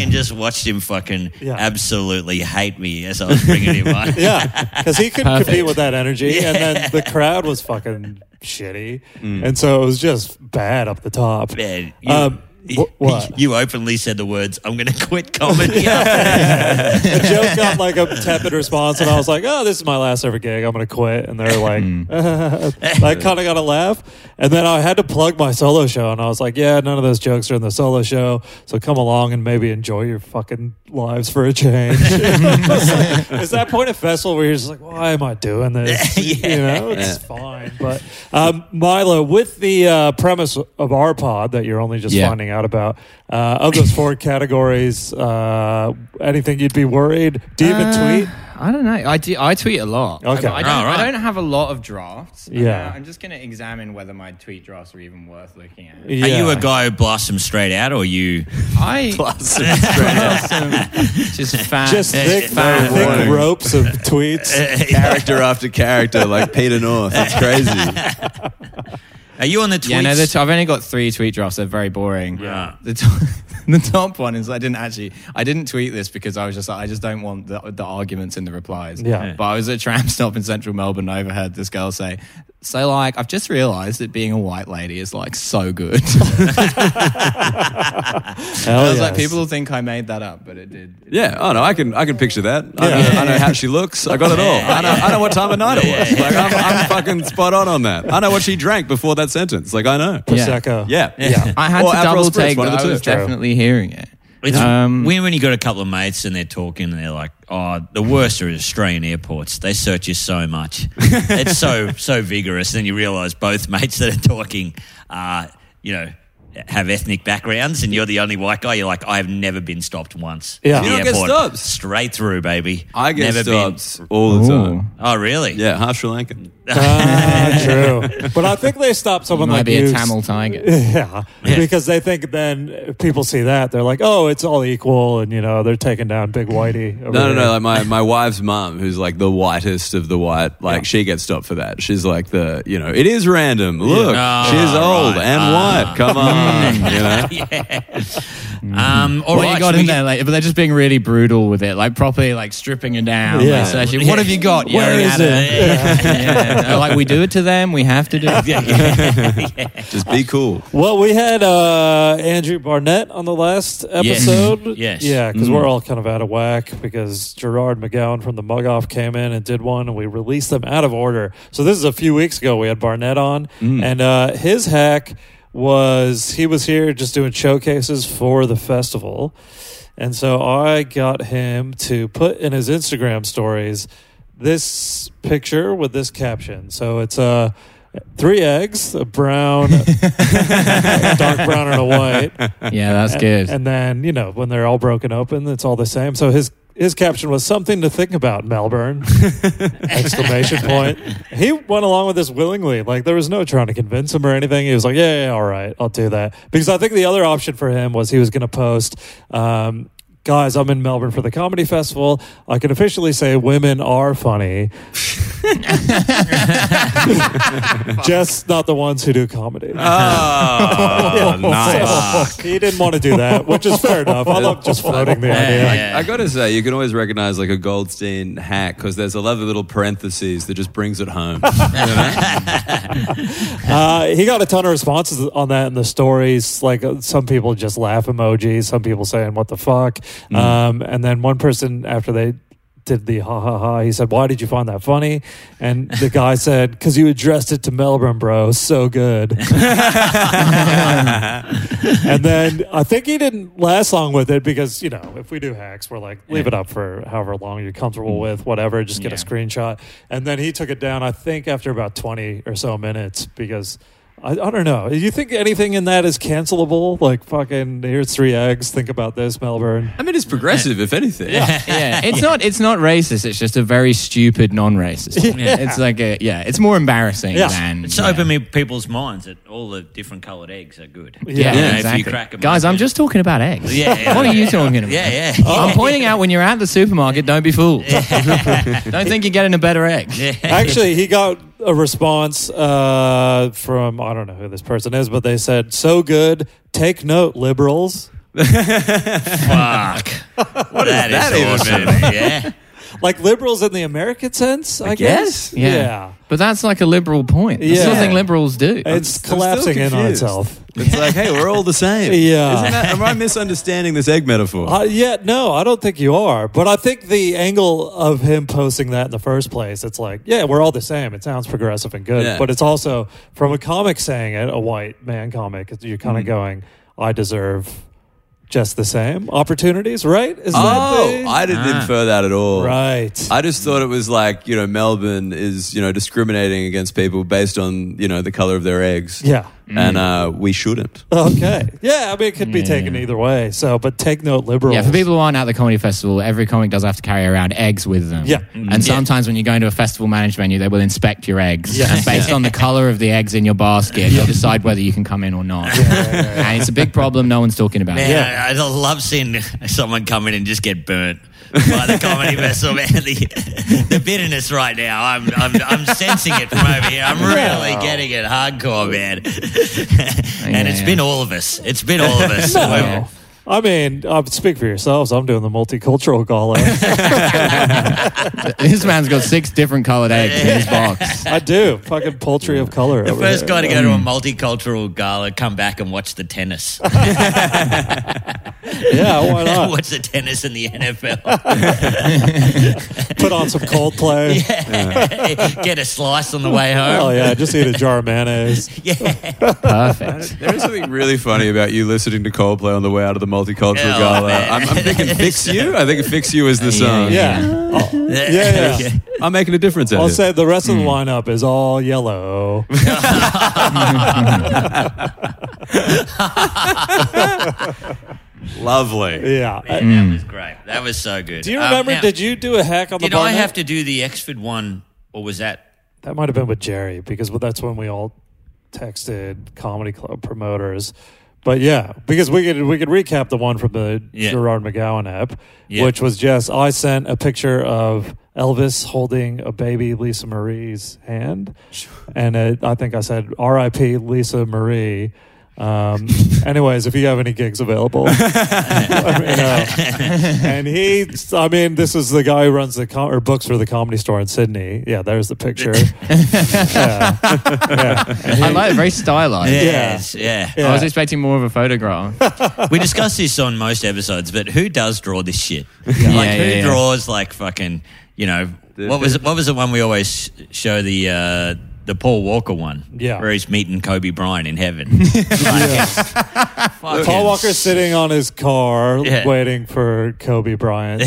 and just watched him fucking
Yeah.
absolutely hate me as I was bringing him on.
*laughs* Yeah, because he could
Perfect.
compete with that energy, and then the crowd was fucking shitty,
Mm.
and so it was just bad up the top.
*laughs* Man, you,
Um,
*laughs* you-
wh- what?
you openly said the words, I'm going to quit
*laughs*
comedy.
the joke got like a tepid response, and I was like, "Oh, this is my last ever gig. I'm gonna quit." And they're like, *laughs* "I kind of got a laugh." And then I had to plug my solo show, and I was like, "Yeah, none of those jokes are in the solo show, so come along and maybe enjoy your fucking lives for a change." *laughs* it's, like- it's that point of festival where you're just like, "Why am I doing this?" You know, it's fine. But um, Milo, with the uh, premise of our pod that you're only just
Yeah.
finding out about. Uh, of those
*laughs*
four categories, uh, anything you'd be worried? Do you even
Uh,
tweet?
I don't know. I, do, I tweet a lot.
Okay.
I, I, don't,
All right.
I don't have a lot of drafts. Uh,
Yeah.
I'm just going to examine whether my tweet drafts are even worth looking at.
Are you
Yeah.
a guy who blasts them straight out,
*laughs*
or you?
I *laughs*
*laughs*
just fat,
Just thick,
fat
no
thick
warning.
ropes of tweets.
character after character, like Peter North. It's crazy.
Are you on the tweets?
Yeah, no, the t- I've only got three tweet drafts. They're very boring.
Yeah.
The, to- *laughs* the top one is I didn't actually, I didn't tweet this because I was just like, I just don't want the, the arguments in the replies.
Yeah.
But I was at a tram *laughs* stop in central Melbourne and I overheard this girl say, so like, I've just realized that being a white lady is like so good. *laughs*
Hell
I was
Oh, yes.
like, people will think I made that up, but it did.
Yeah, oh no, I can I can picture that. I,
Yeah.
know, I know how she looks. I got it all. I know, I know what time of night it was. Like I'm, I'm fucking spot on on that. I know what she drank before that sentence. Like I know.
Yeah.
Prosecco.
Yeah,
Yeah.
I had
Or
to
Aperol
double
Spritz,
take
one of
that
the
I
two.
was definitely hering it.
It's
Um,
weird when you got a couple of mates and they're talking. They're like, "Oh, the worst are Australian airports. They search you so
*laughs*
much. it's so so vigorous." Then you realise both mates that are talking, uh, you know, have ethnic backgrounds, and you're the only white guy. You're like, "I have never been stopped once.
Yeah.
at the
You
don't get
airport.
stopped.
straight through, baby.
I get
never
stopped all the
Ooh.
time.
Been, oh, really? *laughs*
Yeah, half Sri Lankan.
*laughs*
Ah, true. But I think they stop someone
might
like
be
you.
a Tamil tiger.
*laughs* Yeah,
Yeah.
because they think then if people see that they're like, oh, it's all equal, and you know they're taking down Big Whitey. over
No, no,
here.
no. Like my, my wife's mom, who's like the whitest of the white, like she gets stopped for that. She's like the, you know, it is random. Look,
Yeah.
she's
Oh,
old
right.
and
Ah.
white. Come
*laughs*
on, you know.
yeah. Um, all
What
right,
you got
should we
in
get-
there, like, but they're just being really brutal with it, like properly, like stripping it down. like,
Yeah.
searching, what have you got?
Where
Yeah, we
is
had
it?
*laughs* Yeah. They're Like we do it to them, we have to do
*laughs*
it.
*laughs*
Just be cool.
Well, we had uh, Andrew Barnett on the last episode.
Yes. Mm.
Yeah, because we're all kind of out of whack because Gerard McGowan from the Mug Off came in and did one, and we released them out of order. So this is a few weeks ago. We had Barnett on,
Mm.
and uh, his hack was he was here just doing showcases for the festival. And so I got him to put in his Instagram stories this picture with this caption. So it's uh, three eggs, a brown, *laughs* dark brown, and a white.
Yeah, that's good.
And then you know when they're all broken open, it's all the same. So his his caption was something to think about,
*laughs*
Melbourne! Exclamation point. He went along with this willingly. Like there was no trying to convince him or anything. He was like, "Yeah, yeah, all right, I'll do that." Because I think the other option for him was he was going to post. Um, Guys, I'm in Melbourne for the comedy festival. I can officially say women are
*laughs*
funny, *laughs* just not the ones who do comedy.
*laughs* Oh,
So, he didn't want to do that, which is fair enough. I love just floating the idea.
Yeah.
I, I gotta say, you can always recognize like a Goldstein hack because there's a lovely little parentheses that just brings it home.
Uh, he got a ton of responses on that in the stories. Like uh, some people just laugh emojis, some people saying "What the fuck,"
Mm.
um, and then one person after they did the ha ha ha, he said, "Why did you find that funny?" And the guy said, "Cause you addressed it to Melbourne, bro. So
*laughs*
good." and then I think he didn't last long with it because you know if we do hacks, we're like leave it up for however long you're comfortable with, whatever. Just get a
Yeah.
screenshot, and then he took it down. I think after about twenty or so minutes because. I, I don't know. You think anything in that is cancelable? Like fucking here's three eggs. Think about this, Melbourne.
I mean, it's progressive, if anything.
yeah,
*laughs*
it's not it's not racist. It's just a very stupid non-racist.
Yeah.
It's like a yeah, it's more embarrassing
Yeah.
than
It's
yeah.
open me people's minds that all the different coloured eggs are good.
Yeah,
Yeah,
You know,
exactly.
If you crack 'em
Guys, I'm
open.
just talking about eggs.
Yeah, yeah.
*laughs* what are you talking about? Oh,
Yeah, yeah.
I'm
*laughs*
pointing out when you're *laughs* at the supermarket, don't be fooled. don't think you're getting a better egg.
Actually, he got a response uh, from I don't know who this person is, but they said, "So good, take note, liberals."
Fuck. what is
that even?
awesome.
*laughs*
yeah.
Like liberals in the American sense, I,
guess.
guess.
Yeah. But that's like a liberal point. That's
Yeah.
nothing liberals do.
it's
I'm still
collapsing in on
confused.
itself.
It's like, hey, we're all the same.
Yeah.
Isn't that, am I misunderstanding this egg metaphor?
Uh, yeah, no, I don't think you are. But I think the angle of him posting that in the first place, it's like, yeah, we're all the same. It sounds progressive and good.
Yeah.
But it's also from a comic saying it, a white man comic, it's- you're kind of going, I deserve just the same opportunities, right? Is
oh, I didn't
Ah.
infer that at all.
right.
I just thought it was like, you know, Melbourne is, you know, discriminating against people based on, you know, the color of their eggs.
yeah.
And uh, we shouldn't.
Okay. Yeah, I mean, it could be taken either way. So, but take note, liberals.
Yeah, for people who aren't at the comedy festival, every comic does have to carry around eggs with them.
Mm-hmm. Yeah.
And sometimes when you go into a festival managed venue, they will inspect your eggs.
Yeah.
And based on the color of the eggs in your basket, they'll decide whether you can come in or not. And it's a big problem no one's talking about.
Man,
Yeah.
I, I love seeing someone come in and just get burnt by the
*laughs*
comedy vessel, man. The, the bitterness right now, I'm, I'm, I'm sensing it from over here. I'm really getting it hardcore, man. *laughs* and it's
yeah.
been all of us. It's been all of
*laughs*
us.
No.
We're-
I mean, uh, speak for yourselves. I'm doing the multicultural call *laughs* out.
*laughs* This man's got six different colored eggs in his box.
I do. Fucking poultry of color.
The
over
first
here.
guy to go to
um,
a multicultural gala, come back and watch the
*laughs*
tennis. *laughs*
Yeah, why not?
watch the tennis in the NFL.
put on some Coldplay. play.
*laughs* Get a slice on the way
Oh
home.
yeah, just eat a jar of mayonnaise.
*laughs* Yeah.
Perfect.
There is something really funny about you listening to Coldplay on the way out of the multicultural
Yeah,
gala.
man.
I'm, I'm thinking *laughs* Fix You. I think Fix You is the song.
Yeah, I'll-
*laughs*
yeah, yeah.
I'm making a difference at
I'll
it.
say the rest of the
Mm.
lineup is all
*laughs*
yellow.
Lovely.
Yeah. Uh,
That was great. That was so good. Um,
Do you remember? did you do a hack on the?
Did I have to do the Exford one, or was that?
That might have been with Jerry because that's when we all texted comedy club promoters. But yeah, because we could we could recap the one from the
Yeah.
Gerard McGowan app,
Yeah.
which was just I sent a picture of Elvis holding a baby Lisa Marie's hand, and it, I think I said R.I.P. Lisa Marie. Um, anyways, if you have any gigs available, let me know. and he, I mean, this is the guy who runs the com- or books for the comedy store in Sydney. Yeah, there's the picture. yeah. yeah. And he-
I like it, very stylized.
Yes, yeah.
Yeah.
I was expecting more of a photograph.
We discussed this on most episodes, but who does draw this shit? like
Yeah,
who
yeah, yeah.
draws like fucking? You know what was it, what was the one we always sh- show the uh, the Paul Walker one?
Yeah.
where he's meeting Kobe Bryant in heaven. like, it's fucking-
Paul Walker's sitting on his car
Yeah.
waiting for Kobe Bryant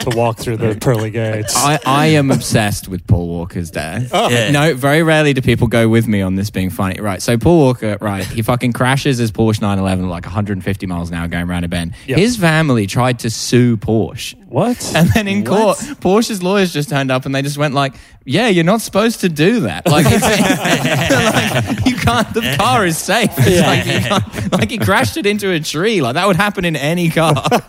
to walk through the pearly gates.
I, I am obsessed with Paul Walker's death. *laughs*
Oh,
Yeah.
No, very rarely do people go with me on this being funny. Right, so Paul Walker, right, he fucking crashes his Porsche 911 at like 150 miles an hour going around a bend.
Yep.
His family tried to sue Porsche.
what?
*laughs* And then in court, Porsche's lawyers just turned up and they just went like, "Yeah, you're not supposed to do that. Like, *laughs* it's, like, you can't. The car is safe. It's
Yeah.
like, you can't- like, he crashed it into a tree. Like that would happen in any car." *laughs*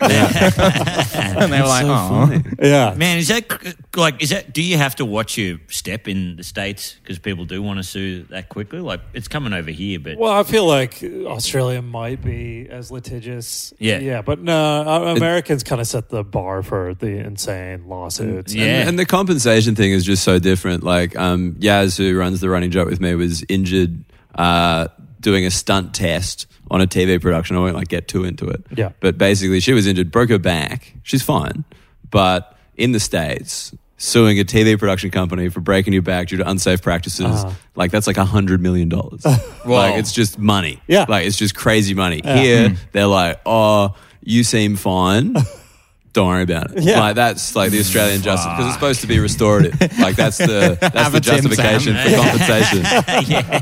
and they were like, "Oh,
Yeah.
Man, is that c- like is that? Do you have to watch your step in the states because people do want to sue that quickly? Like it's coming over here, but *laughs*
Well, I feel like Australia might be as litigious.
Yeah.
Yeah, but no, uh, Americans kind of set the bar for the insane lawsuits.
Yeah.
And, and the compensation thing is just so different. Like um, Yaz, who runs the running joke with me, was injured uh, doing a stunt test on a TV production. I won't like get too into it.
Yeah.
But basically, she was injured, broke her back. She's fine, but in the states. Suing a TV production company for breaking your back due to unsafe practices,
Uh-huh.
like that's like a hundred
*laughs*
million dollars. like it's just money.
Yeah. Hmm.
like it's just crazy money. Here they're like, oh, you seem
*laughs*
fine. Don't worry about it.
Yeah.
Like that's like the Australian justice because it's supposed to be restorative.
*laughs*
Like that's the that's
Have
the
a Tim
justification *laughs*
*laughs*
Tam. *laughs*
for compensation.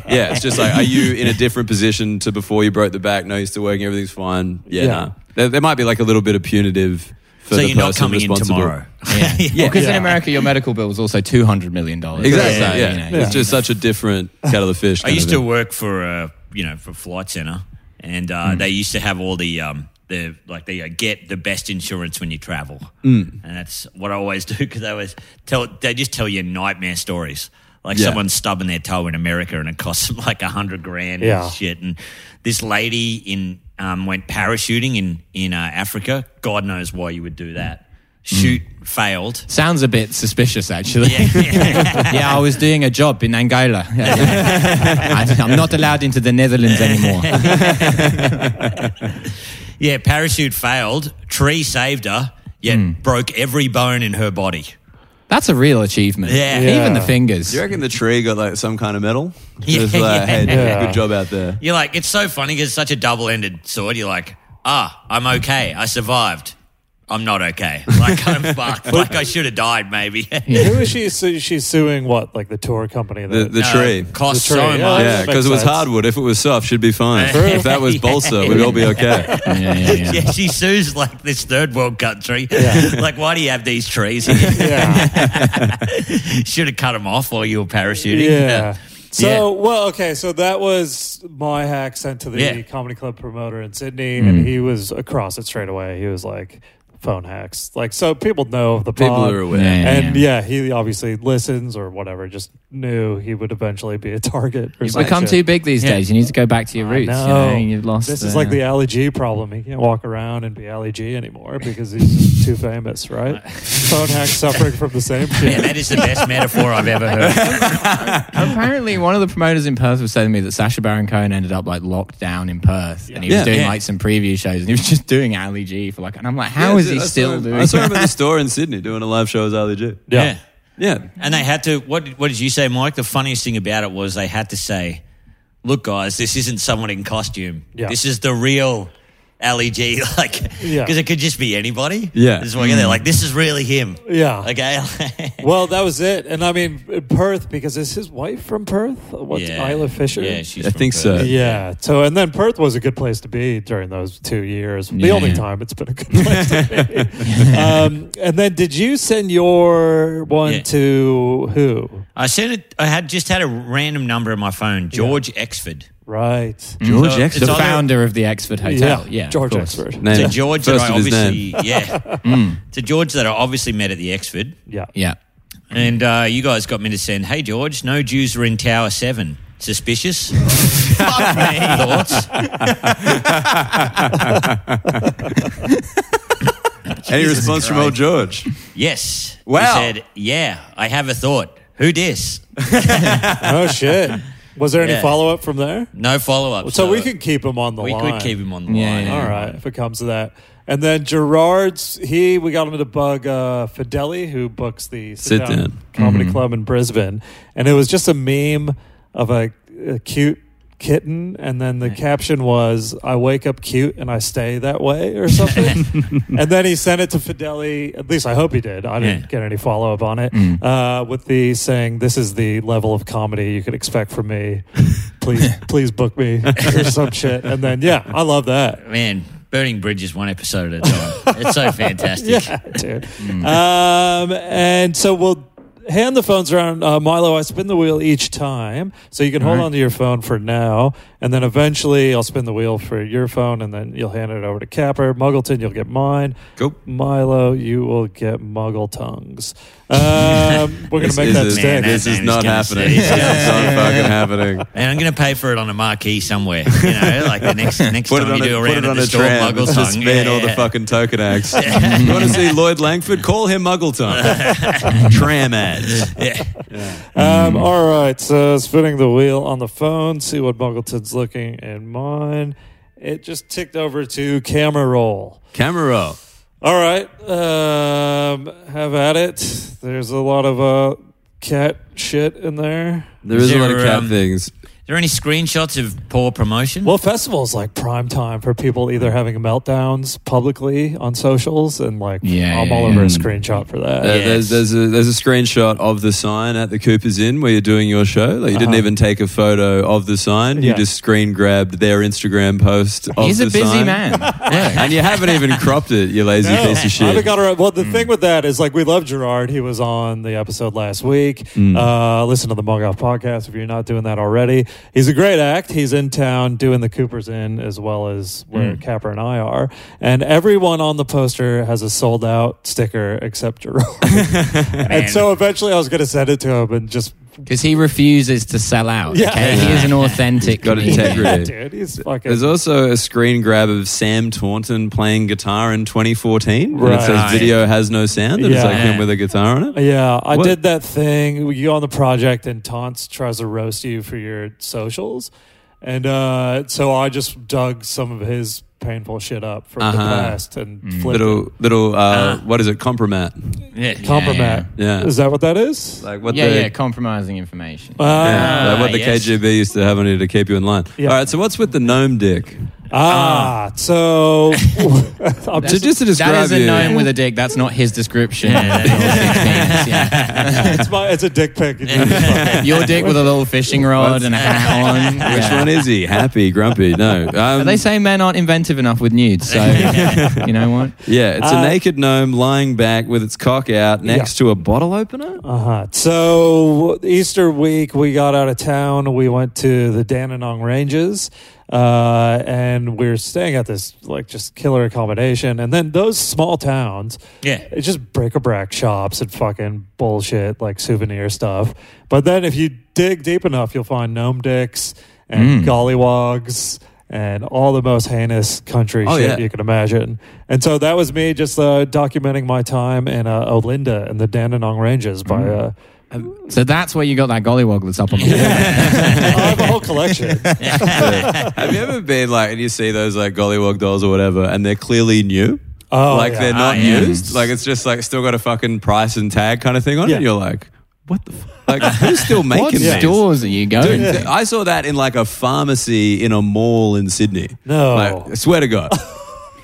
yeah. it's just like, are you in a different position to before you broke the back? No, you're still working. Everything's fine. Yeah,
Yeah.
nah. There, there might be like a little bit of punitive. For
so
the
you're not
person
coming in
responsible.
tomorrow.
Yeah.
*laughs* Yeah.
Because in
Yeah.
America, your medical bill is also two hundred million dollars.
Exactly.
Yeah,
Yeah,
yeah,
you
it's just such a different kettle of fish.
I
kind
used
of
to
thing.
work for uh, you know for Flight Center, and uh, they used to have all the um, the like they uh, get the best insurance when you *laughs* travel, mm. and that's what I always do because they always tell they just tell you nightmare stories. Like
Yeah.
someone's stubbing their toe in America and it costs *laughs* them like a hundred grand
Yeah.
and shit. And this lady in um, went parachuting in in uh, Africa. God knows why you would do that. Shoot failed.
Sounds a bit suspicious, actually.
Yeah, yeah.
*laughs*
*laughs*
yeah, I was doing a job in
*laughs*
Angola. I, I'm not allowed into the Netherlands anymore.
*laughs*
Yeah, parachute failed. Tree saved her, yet
Hmm.
broke every bone in her body.
That's a real achievement.
Yeah.
Even
Yeah.
the fingers.
Do you reckon the tree got like some kind of medal?
Yeah,
Just like, hey,
yeah.
good job out there.
You're like, it's so funny because it's such a double ended sword. You're like, ah, I'm okay. I survived. I'm not okay. *laughs* Like, I'm fucked. Like, I should have died, maybe. *laughs*
Who is she? Su- she's suing what? Like the tour company?
The,
That,
the tree.
Uh, Cost
The
so
tree,
much.
yeah.
Yeah,
Makes
because it was
sense.
hardwood. If it was soft, she'd
*laughs*
be fine.
True.
If that was balsa, we'd all be
*laughs*
okay.
Yeah,
*laughs*
yeah, yeah.
Yeah, she sues like this third world country.
Yeah.
*laughs* like, why do you have these trees? *laughs* Here?
yeah.
Should have cut them off while you were parachuting.
yeah. So
Yeah.
well, okay. So that was my hack sent to the
Yeah.
comedy club promoter in Sydney, and he was across it straight away. He was like, "Phone hacks." Like so, people know of the
People
pod.
are aware.
Yeah,
And yeah, he obviously listens or whatever. Just knew he would eventually be a target. Or
You've
some
become
shit.
too big these
Yeah.
days. You need to go back to your roots.
No,
You know, and you've lost.
This is like the Ali G problem. He can't walk around and be Ali G anymore because he's too famous, right? Phone hacks suffering from the same
Yeah,
shit.
that is the best metaphor I've ever heard.
*laughs* Apparently, one of the promoters in Perth was telling me that Sasha Baron Cohen ended up like locked down in Perth, and he was
Yeah.
doing
Yeah.
like some preview shows, and he was just doing Ali G for like. And I'm like, how
Yeah,
is
I
he
saw
still
him-
doing?
I saw him
that?
at the store in Sydney doing a live show as Ali G.
Yeah.
yeah.
Yeah.
And they had to. What What did you say, Mike? The funniest thing about it was they had to say, "Look, guys, this isn't someone in costume.
Yeah.
This is the real." Ali G, *laughs* like, because
Yeah.
it could just be anybody.
Yeah. Mm.
just walking in there, like, this is really him.
Yeah.
Okay. *laughs*
*laughs* Well, that was it. And I mean, Perth, because is his wife from Perth? What's Isla Fisher?
Yeah, she's
I
from
think
Perth.
so.
Yeah. So, and then Perth was a good place to be during those two years. The
Yeah.
only time it's been a good place to
*laughs*
be. um, and then did you send your one
Yeah.
to who?
I sent it. I had just had a random number on my phone, George Exford.
Right.
George
So
Exford.
it's
Mm-hmm. the
on-
founder of the Exford Hotel. Yeah, of
George
course. Mm.
Expert.
Name.
To George
First
that I
of his
obviously,
name.
yeah, *laughs* to George that I obviously met at the Exford,
Yeah.
Yeah.
and uh, you guys got me to send, "Hey George, no Jews are in Tower 7.
*laughs*
Suspicious? Fuck me. Thoughts? *laughs*
Any response from old George?
Yes.
Wow.
He said, "Yeah, I have a thought. Who dis?
Oh
*laughs*
shit. Was there any
Yeah.
follow up from there?
No follow up.
So we could keep him on the
we
line.
could keep him on the
Yeah,
line.
yeah.
All right, if it comes to that. And then Gerard's he we got him to bug uh, Fideli, who books the sit down,
Sit-down.
comedy club in Brisbane, and it was just a meme of a, a cute kitten, and then the caption was "I wake up cute and I stay that way" or something. and then he sent it to Fideli. At least I hope he did. I didn't
Yeah.
get any follow up on it uh, with the saying, "This is the level of comedy you could expect from me." Please, please book me or some shit. And then, yeah, I love that.
Man, burning bridges one episode at a time. it's
*laughs*
so fantastic.
Yeah, dude. Um, and so we'll hand the phones around. Uh, Milo, I spin the wheel each time, so you can hold on to your phone for now, and then eventually I'll spin the wheel for your phone, and then you'll hand it over to Capper. Muggleton, you'll get mine.
Cool.
Milo, you will get Muggle
*laughs*
tongues. Um, we're gonna
This
make
is-
that
this-
stick.
This
Man,
is
that
not
name is gonna
happening. It's
stay.
not fucking *laughs* happening.
And I'm going to pay for it on a marquee somewhere. You know, like the
*laughs*
next next
Put it
time
on
you
a,
do a
put
round
it
at
on
the
a
store,
tram.
Muggle
Let's just
tongue.
ban
Yeah,
all the
yeah.
fucking
*laughs*
token acts. you want to see Lloyd Langford? Call him
*laughs*
Muggle Tongue. tram ads.
Yeah.
Um, all right, so spinning the wheel on the phone, see what Muggleton's looking and mine. It just ticked over to camera roll.
Camera roll.
All right, um, have at it. There's a lot of uh, cat shit in there.
There is a lot of
There,
cat
um,
things.
Is there any screenshots of poor promotion?
Well, festivals like prime time for people either having meltdowns publicly on socials and like
Yeah,
I'm
yeah,
all
yeah.
over a
Mm.
screenshot for that.
Uh,
Yeah.
there's, there's, a, there's a screenshot of the sign at the Cooper's Inn where you're doing your show. Like you didn't
Uh-huh.
even take a photo of the sign.
Yeah.
You just screen grabbed their Instagram post of
He's a
the
busy
sign.
man. *laughs* Yeah.
*laughs* And you haven't even cropped it, you lazy
No,
piece of
I haven't
shit.
got around. Well, the thing with that is, like, we love Gerard. He was on the episode last week. Uh, listen to the Mug Off podcast if you're not doing that already. He's a great act. He's in town doing the Cooper's Inn as well as where Capper and I are. And everyone on the poster has a sold out sticker except Gerard. and so eventually I was going to send it to him and just
Because he refuses to sell out.
Yeah.
Okay? He is an authentic.
got
comedian.
integrity.
yeah,
Really?
*laughs* dude, he's fucking.
There's also a screen grab of Sam Taunton playing guitar in 2014. And it
Right.
says video has no sound. And it's like
Yeah.
him with a guitar on it.
yeah, I
What-
did that thing. You go on the project, and Taunts tries to roast you for your socials, and uh, so I just dug some of his painful shit up from the
Uh-huh.
past and flipped it.
Little, little, uh, what is it? Compromat.
Yeah. *laughs*
Compromat.
Yeah.
Is that what that is?
Like what
Yeah,
the,
yeah, compromising information.
Ah,
yeah, like what
Ah,
the
yes.
KGB used to have on you to keep you in line.
Yeah.
All right, so what's with the gnome dick?
ah,
*laughs*
so *laughs* I'm
So just to describe
that is a
you,
gnome with a dick. That's not his description.
Yeah.
of the little dick penis,
*laughs*
yeah.
it's,
*laughs*
my, it's a dick pic. You just-
Your dick with a little fishing rod and a hat on.
*laughs* Which
Yeah.
one is he? Happy, grumpy? No. Um,
But they say men aren't inventive enough with nudes, *laughs* so you know what?
yeah, it's
Uh,
a naked gnome lying back with its cock out next to a bottle opener.
*laughs* Uh-huh. So Easter week, we got out of town. We went to the Dandenong Ranges, uh, and we were staying at this like just killer accommodation. And then those small towns,
Yeah.
it's just bric-a-brac shops and fucking bullshit like souvenir stuff. But then if you dig deep enough, you'll find gnome dicks and gollywogs. And all the most heinous country
Oh,
shit
yeah.
you can imagine. And so that was me just uh, documenting my time in uh, Olinda and the Dandenong Ranges by uh,
Mm. *laughs*
*laughs*
So that's where you got that gollywog that's up on the wall.
*laughs*
*laughs*
I have a whole
*laughs*
collection.
Have you ever been like, and you see those like gollywog dolls or whatever, and they're clearly new?
Oh,
like
yeah.
they're not
Ah, yeah.
used. Like it's just like still got a fucking price and tag kind of thing on
Yeah.
it. You're like, what
*laughs*
the fuck? Like who's still making
What
these?
stores are you going
Dude,
to?
th- I saw that in like a pharmacy in a mall in Sydney.
No.
Like, I swear to God.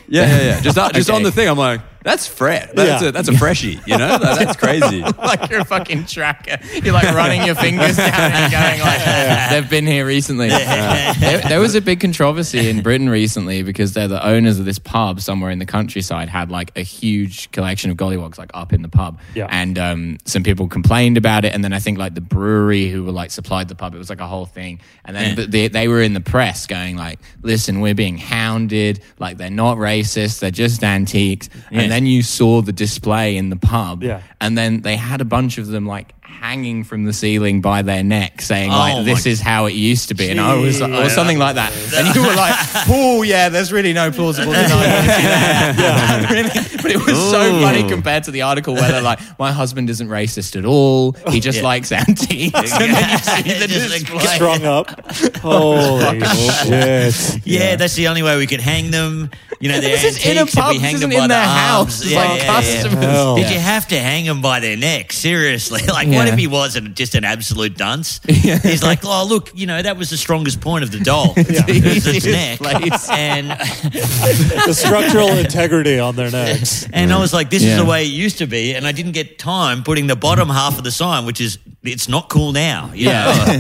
Yeah, yeah, yeah. Just, uh, just on
Okay.
the thing, I'm like, that's Fred. That's,
Yeah.
a, that's a freshie, you know? Like, that's crazy.
*laughs* like you're a fucking tracker. You're like running your fingers down and going like, *laughs* they've been here recently. Uh, there, there was a big controversy in Britain recently because they're the owners of this pub somewhere in the countryside had like a huge collection of gollywogs like up in the pub.
Yeah.
And um, some people complained about it. And then I think like the brewery who were like supplied the pub, it was like a whole thing. And then but they, they were in the press going like, listen, we're being hounded. Like they're not racist. They're just antiques.
Yeah.
And then you saw the display in the pub
Yeah.
and then they had a bunch of them like hanging from the ceiling by their neck, saying
Oh,
like, "This
my-
is how it used to be," and I was like, or
Jeez.
something like that. And you
*laughs*
were like, "Oh yeah, there's really no plausible deniability
*laughs*
there." Really? *laughs* But it was so
Ooh.
funny compared to the article where they're like, "My husband isn't racist at all. He just likes antiques." And *laughs* then you see the
Just like-
display. *laughs*
Strung up. Holy
*laughs*
shit.
Yeah, that's the only way we could hang them. You
*laughs*
know, they're
This is in a
antiques, if
pub.
we
This
hang them
isn't
by
in
the
their
arms.
house. It's like customers.
Hell.
*laughs*
Did you have to hang them by their neck? Seriously, *laughs* like what
Yeah.
if he was an, just an absolute
*laughs*
dunce? He's like, oh look, you know that was the strongest point of the doll.
*laughs*
It was its
Easiest
neck,
place.
and
The structural integrity on their necks.
and I was like, this is
Yeah.
the way it used to be, and I didn't get time putting the bottom half of the sign, which is it's not cool now. You
*laughs*
know?
Yeah,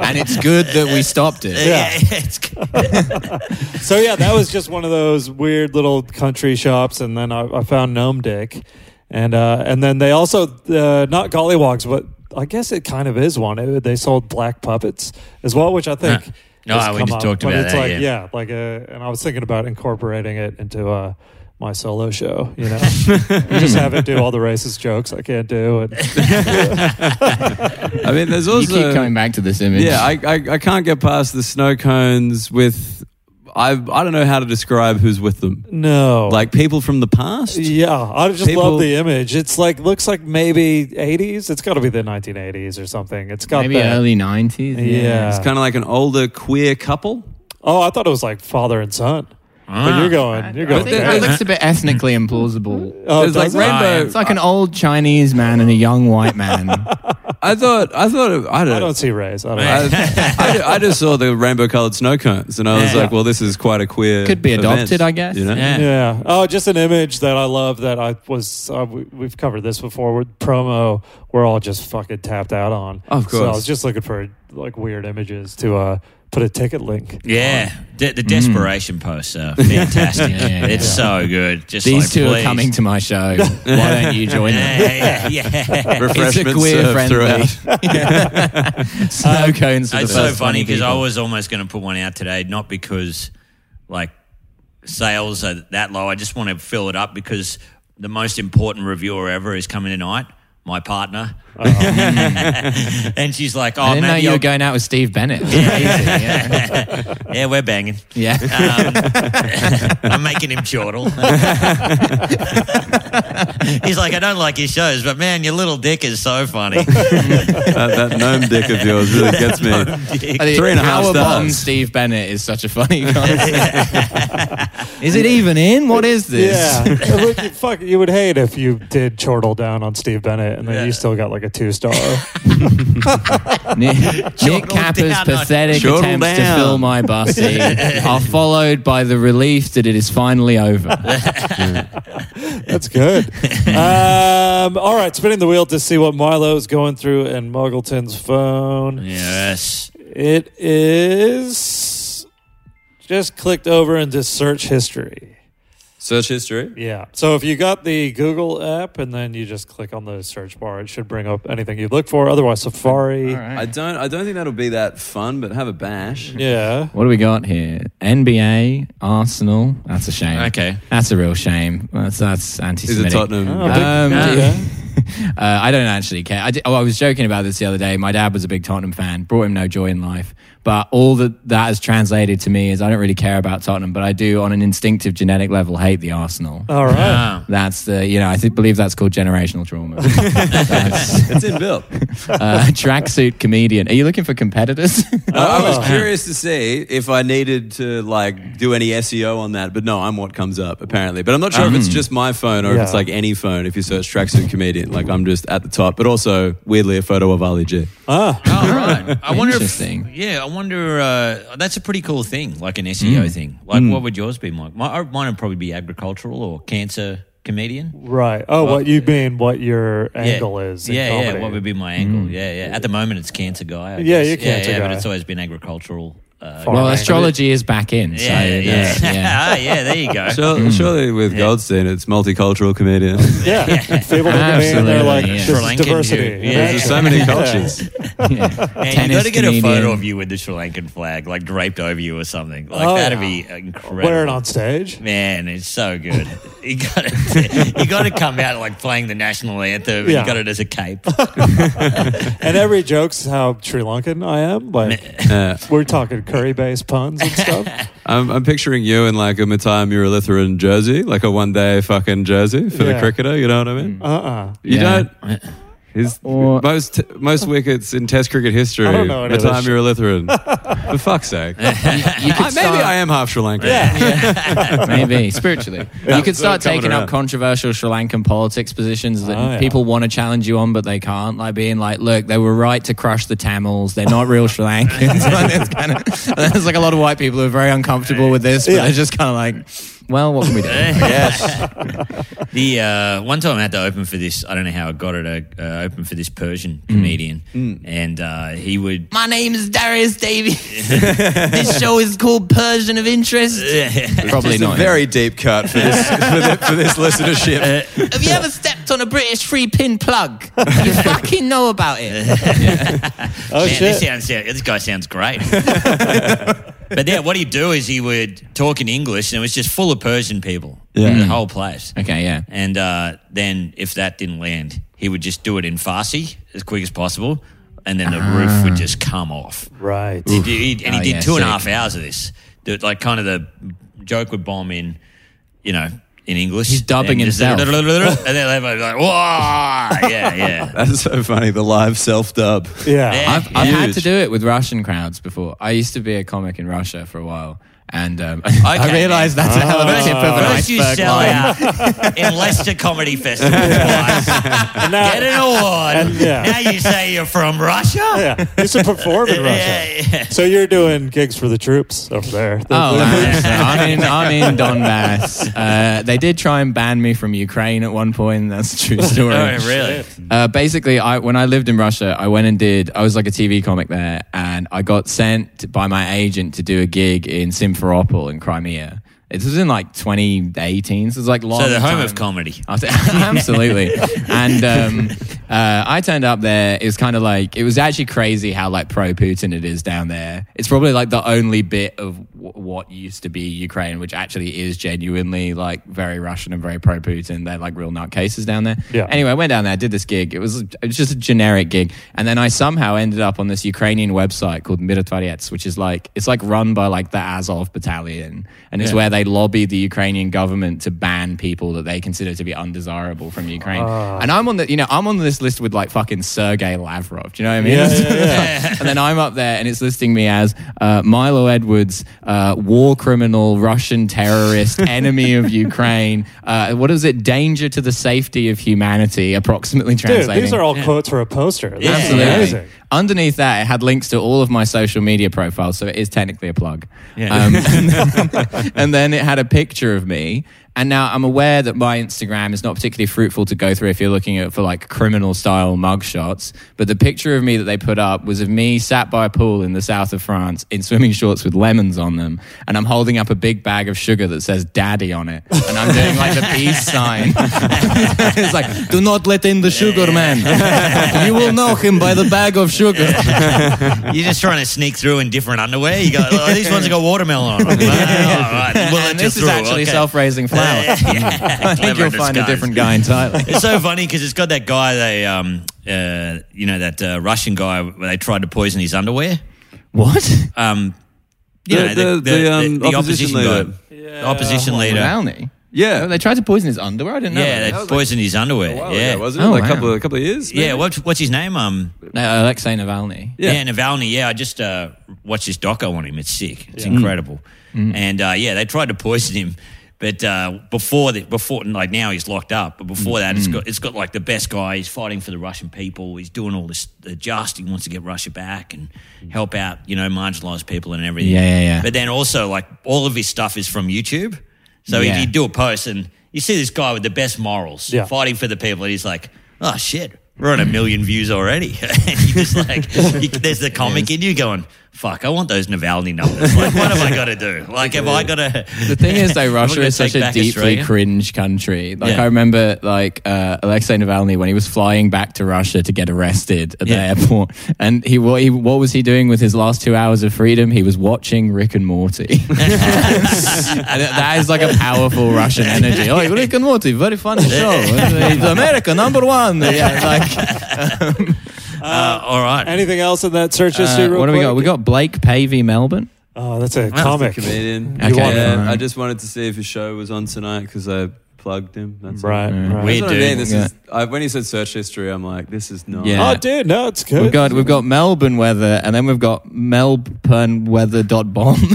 *laughs* and it's good that we stopped *laughs* it.
Yeah.
it's,
So, yeah, that was just one of those weird little country shops. And then I, I found Gnome Dick. And, uh, and then they also, uh, not gollywogs, but I guess it kind of is one. It- they sold black puppets as well, which I think.
Huh. No,
has
we
come
just
up.
talked
But
about
it's
that,
like,
yeah.
yeah, like a, and I was thinking about incorporating it into uh, my solo show.
*laughs*
You know, just have it do all the racist jokes I can't do, and
*laughs*
I mean, there's
You
also.
keep coming back to this image.
Yeah, I, I, I can't get past the snow cones with. I, I don't know how to describe who's with them.
No.
Like people from the past?
yeah, I just
people-
love the image. It's like, looks like maybe 80s. It's got to be the 1980s or something. It's got
maybe
that.
early '90s.
Yeah.
It's kind of like an older queer couple.
oh, I thought it was like father and son. but
Ah.
you're going, you're going.
I think
back.
that looks a bit ethnically implausible.
Oh,
There's like
does it?
rainbow.
Oh, yeah.
It's like an old Chinese man and a young white man.
I thought. I thought. It, I don't.
I don't see rays. I don't know.
I, I, ju- I just saw the rainbow colored snow cones and I was
Yeah.
like, well, this is quite a queer.
Could be
event,
adopted, I guess.
You know?
Yeah.
Yeah. Oh, just an image that I love that I was, uh, we, we've covered this before with promo. We're all just fucking tapped out on.
Of
So I
course.
was just looking for like weird images to uh, put a ticket
*laughs*
link.
yeah, the, the desperation posts are fantastic.
*laughs* Yeah, yeah,
It's
yeah.
so good. Just
These
like,
two
please.
are coming to my show. Why don't you join them?
*laughs* Yeah, yeah, *laughs* yeah.
It's a
Refreshments
queer
served
friendly. *laughs*
throughout.
Snow cones. For
It's
the
so
first
funny because I
people.
was almost going to put one out today, not because like sales are that low. I just want to fill it up because the most important reviewer ever is coming tonight. my partner. *laughs*
Um,
*laughs*
and she's like, oh,
I didn't know
maybe
you
I'll- *laughs*
were going out with Steve Bennett. *laughs* yeah.
yeah, *laughs* we're banging.
yeah.
*laughs* Um, I'm making him chortle. He's like, I don't like your shows, but man, your little dick is so funny.
*laughs* that, that gnome dick of yours
*laughs*
really gets me.
I think
Three and a half
Power
stars.
Bomb Steve Bennett is such a funny concept. is it even in? What is this?
Yeah,
*laughs*
It would- fuck. You would hate if you did chortle down on Steve Bennett, and then you still got like a two star.
*laughs*
*laughs*
Nick, Nick
Chortle
Capper's
down on-
pathetic
Chortle
attempts
down.
to fill
*laughs*
my bus seat are followed by the relief that it is finally over.
That's
*laughs*
good. Um, all right, spinning the wheel to see what Milo's going through in Muggleton's phone.
yes.
It is just clicked over into search history.
Search history.
Yeah. So if you got the Google app and then you just click on the search bar, it should bring up anything you look for. Otherwise, Safari.
I don't. I don't think that'll be that fun, but have a bash.
Yeah.
What do we got here? NBA, Arsenal. That's a shame.
Okay.
That's a real shame. That's, that's anti
Is it
Semitic.
*laughs*
Tottenham?
Um,
Yeah.
yeah. *laughs* uh, I don't actually care. I, di- oh, I was joking about this the other day. My dad was a big Tottenham fan, brought him no joy in life. But all that that has translated to me is I don't really care about Tottenham, but I do, on an instinctive genetic level, hate the
Oh,
Arsenal.
All right.
Ah.
That's the, you know, I th- believe that's called generational trauma. That's,
It's in Bill.
*laughs* uh, tracksuit comedian. Are you looking for
*laughs*
competitors?
I I
Oh.
was curious to see if I needed to like do any SEO on that, but no, I'm what comes up apparently. But I'm not sure
Um,
if it's just my phone or if it's
Yeah.
like any phone. If you search tracksuit comedian, like I'm just at the top. But also weirdly a photo of Ali G.
Ah.
Oh, right. I wonder
Interesting.
if. Yeah, I wonder. Uh, that's a pretty cool thing, like an SEO thing. Like, what would yours be, Mike? My, I- mine would probably be agricultural or cancer comedian.
Right. Oh, what you mean? What your angle
yeah.
is? in
Yeah,
comedy.
yeah. What would be my angle? Yeah, yeah. At the moment, it's cancer guy. I
Yeah,
guess.
you're cancer
yeah,
guy.
But it's always been agricultural. Uh,
Far
well,
right.
astrology is back in. So
yeah, yeah,
that's-
yeah.
yeah.
*laughs* Ah, yeah. There you go.
Sure,
Mm.
Surely with Goldstein, it's multicultural comedian.
*laughs*
Yeah, people look at me and they're
Absolutely,
like,
yeah.
"This
Sri
is
Lankan
diversity."
dude.
You know?
Yeah.
There's so many
*laughs*
cultures.
Yeah.
Man, you
Tennis
got to get a photo
comedian.
of you with the Sri Lankan flag, like draped over you or something. Like
Oh,
that'd
yeah.
be incredible.
Wear it on
*laughs*
stage.
Man, it's so good. *laughs* You got to, *laughs* you got to come out like playing the national anthem. and
Yeah.
You got it as a
*laughs*
cape.
And every joke's how Sri Lankan I am. Like
*laughs* Yeah.
*laughs* we're talking curry-based puns and
*laughs*
stuff.
I'm, I'm picturing you in like a Matthias Muralitharan jersey, like a one day fucking jersey for the
Yeah.
cricketer. You know what I mean?
Uh-uh.
*laughs* You
Yeah.
don't. His
Or-
*laughs* most most wickets in Test cricket history.
I don't know any of
Matthias
this *laughs*
Muralitharan. for fuck's sake.
You could
I- maybe
start-
I am half Sri
*laughs*
Lankan.
Maybe spiritually, you could start
coming
taking
around.
up controversial Sri Lankan politics positions that
Oh, yeah.
people want to challenge you on, but they can't. Like being like, "Look, they were right to crush the Tamils. They're not real Sri Lankans." *laughs* Like, there's, kind of, there's like a lot of white people who are very uncomfortable with this, but
Yeah.
they're just kind of like, "Well, what can we do?"
yes. The uh, one time I had to open for this, I don't know how I got it. I uh, opened for this Persian comedian, and uh, he would *laughs*
My name is Darius
*laughs*
Davies. this show is called Persian of Interest. Probably
It's a
not.
very deep cut for
*laughs*
this for, thi- for this
Uh,
listenership.
Have you ever stepped on a British free pin
*laughs*
plug? You fucking know about it.
Oh
Man,
shit!
This, sounds, this guy sounds great. *laughs* but yeah, what he'd do is he would talk in English, and it was just full of Persian people.
Yeah.
The whole place.
Mm. Okay, yeah.
And uh, then if that didn't land, he would just do it in Farsi as quick as possible, and then the roof would just come off.
Right.
He did- he- and he
Oh,
did
yeah,
two and a
sick.
half hours of this. The- like kind of the joke would bomb in, you know, in English.
He's dubbing
*laughs* And just-
himself.
and then they'd be like, "Whoa, yeah, yeah."
That's so funny. The live self dub.
Yeah.
Yeah.
I've, I've had
Huge.
to do it with Russian crowds before. I used to be a comic in Russia for a while, and um, *laughs* I
Okay,
realized that's a hell of a tip of an
First, you
iceberg
sell
line.
out in Leicester Comedy
*laughs*
Festival twice.
And now,
Get an award.
And- yeah.
Now you say you're from Russia?
yeah. You should perform
*laughs*
in Russia.
yeah.
So you're doing gigs for the troops over there. The-
Oh,
the-
*laughs*
I'm, I'm in, I'm in Donbass. Uh, they did try and ban me from Ukraine at one point. That's
*laughs*
a true story.
Oh, really?
Uh, basically, I when I lived in Russia, I went and did. I was like a TV comic there, and I got sent by my agent to do a gig in Simferopol in Crimea. It was in like 2018, so it was like long.
So the home
time.
of
*laughs*
comedy.
I was- Absolutely. and um, uh, I turned up there. It was kind of like, it was actually crazy how like pro Putin it is down there. It's probably like the only bit of w- what used to be Ukraine, which actually is genuinely like very Russian and very pro Putin. They're like real nutcases down there.
Yeah.
Anyway, I went down there, did this gig. It was, it was just a generic gig, and then I somehow ended up on this Ukrainian website called Mirotvorets, which is like it's like run by like the Azov Battalion, and it's where they lobby the Ukrainian government to ban people that they consider to be undesirable from Ukraine. And I'm on the, you know, I'm on this list with like fucking Sergei Lavrov. Do you know what I mean?
Yeah, yeah,
*laughs* and then I'm up there, and it's listing me as uh, Milo Edwards, uh, war criminal, Russian terrorist, *laughs* enemy of Ukraine. Uh, what is it? Danger to the safety of humanity, approximately
Dude,
Oh, translating.
these are all quotes for a poster. That's
Absolutely.
amazing.
Underneath that, it had links to all of my social media profiles, so it is technically a plug.
Yeah.
*laughs*
Um, and, then, and then it had a picture of me. And now I'm aware that my Instagram is not particularly fruitful to go through if you're looking at for like criminal style mugshots. But the picture of me that they put up was of me sat by a pool in the south of France in swimming shorts with lemons on them, and I'm holding up a big bag of sugar that says "Daddy" on it, and I'm doing like the
*laughs*
peace sign. *laughs* it's like, do not let in the
*laughs*
sugar man. you will know him by the bag of sugar.
You're just trying to sneak through in different underwear. You go, oh, these ones have got watermelon on
*laughs*
them. All right, *laughs* we'll let
and
you
this is
through,
actually
okay.
self-raising flour. *laughs* I think
Clever
you'll find a
disguise.
different guy
*laughs*
entirely.
It's so funny because it's got that guy they, um, uh, you know, that uh, Russian guy where they tried to poison his underwear.
what?
Um, you
The-
know, the,
the- the, um, opposition leader. Oh,
guy, the opposition leader.
Brownie.
Yeah.
They tried to poison his underwear. I didn't know.
Yeah,
that.
they poisoned his underwear.
Wow,
yeah,
yeah, wasn't it?
Oh,
like
wow.
a couple of, a couple of years.
yeah.
maybe?
What, what's his name? Um,
No, Alexei Navalny.
yeah.
Yeah.
Navalny. Yeah, I just uh, watched this doco on him. It's sick. It's incredible.
Mm. Mm-hmm.
And uh, yeah, they tried to poison him. But uh, before the, before like now he's locked up. But before that,
Mm-hmm.
it's got it's got like the best guy. He's fighting for the Russian people. He's doing all this uh, just. He wants to get Russia back and help out you know marginalized people and everything.
Yeah, yeah, yeah.
But then also like all of his stuff is from YouTube. So
Yeah.
he'd, he'd do a post and you see this guy with the best morals
Yeah.
fighting for the people, and he's like, "Oh shit, we're on a million views already." *laughs* and you just like, you, there's the comic in you going, "Fuck, I want those Navalny numbers. Like, what have I got to do? Like, have I got to?"
The thing is, though, Russia
gonna
is such
take
a
back
deeply
Australia.
cringe country. Like,
Yeah.
I remember, like, uh, Alexei Navalny when he was flying back to Russia to get arrested at
Yeah.
the airport. And he what, he, what was he doing with his last two hours of freedom? He was watching Rick
*laughs*
and Morty. *laughs* and that is like a powerful Russian energy.
*laughs*
Oh, Rick and Morty, very funny show. It's America, number
*laughs*
one. Yeah, like,
*laughs* Uh, all right,
Anything else in that search history?
uh,
real
what do we
quick?
got? We got Blake Pavey, Melbourne.
Oh, that's a
That's the
comic.
comedian.
You Okay. want
Yeah,
him.
I just wanted to see if his show was on tonight because I plugged him. That's all.
Right. right.
Weird.
That's what I
dude.
mean. This
Yeah.
is, I, when you said search history, I'm like, this is not.
Yeah.
Oh, dude, no, it's good.
We've got we've got Melbourne weather, and then we've got Melbourne weather dot bomb. *laughs*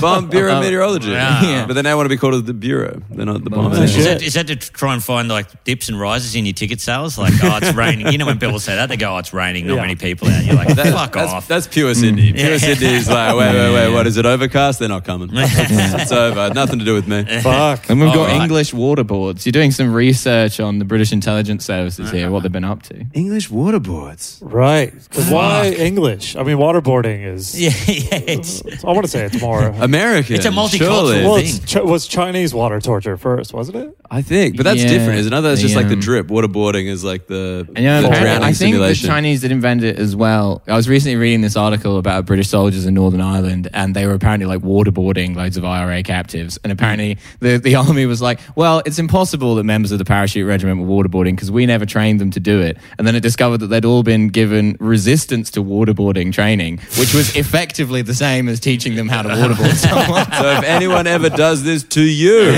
Bomb Bureau
Oh,
Meteorology.
wow. Yeah.
But they now want to be called the Bureau. They're not the Bomb.
Oh,
Is
shit.
that, is that to try and find like dips and rises in your ticket sales? Like, oh, it's raining. You know when people say that, they go, "Oh, it's raining. Not
Yeah.
many people out." You're like,
That-
"Fuck
that's,
off."
That's pure Sydney. Pure
Yeah.
Sydney is like, wait, wait, wait, what is it? Overcast? They're not coming. it's over. Nothing to do with me.
*laughs*
Fuck.
And we've
All
got
right.
English water boards. You're doing some research on the British intelligence
Uh,
services here, what they've been up to.
English water boards.
Right. 'Cause Why English? I mean, waterboarding is.
*laughs* yeah, yeah, it's,
I want to say it's
*laughs*
more.
American.
It's a multicultural
surely.
well,
thing.
it's, Ch- was Chinese water torture first, wasn't it?
I think, but that's
Yeah.
different, isn't it? That's just
The,
like the
um,
drip. Waterboarding is like the,
And you know,
the
apparently-
drowning
I think the
simulation.
Chinese did invent it as well. I was recently reading this article about British soldiers in Northern Ireland, and they were apparently like waterboarding loads of IRA captives. And apparently, the, *laughs* the army was like, "Well, it's impossible that members of the parachute regiment were waterboarding because we never trained them to do it." And then it discovered that they'd all been given resistance to waterboarding training, which was *laughs* effectively the same as teaching them how to waterboard *laughs* someone.
so if anyone ever does this to you,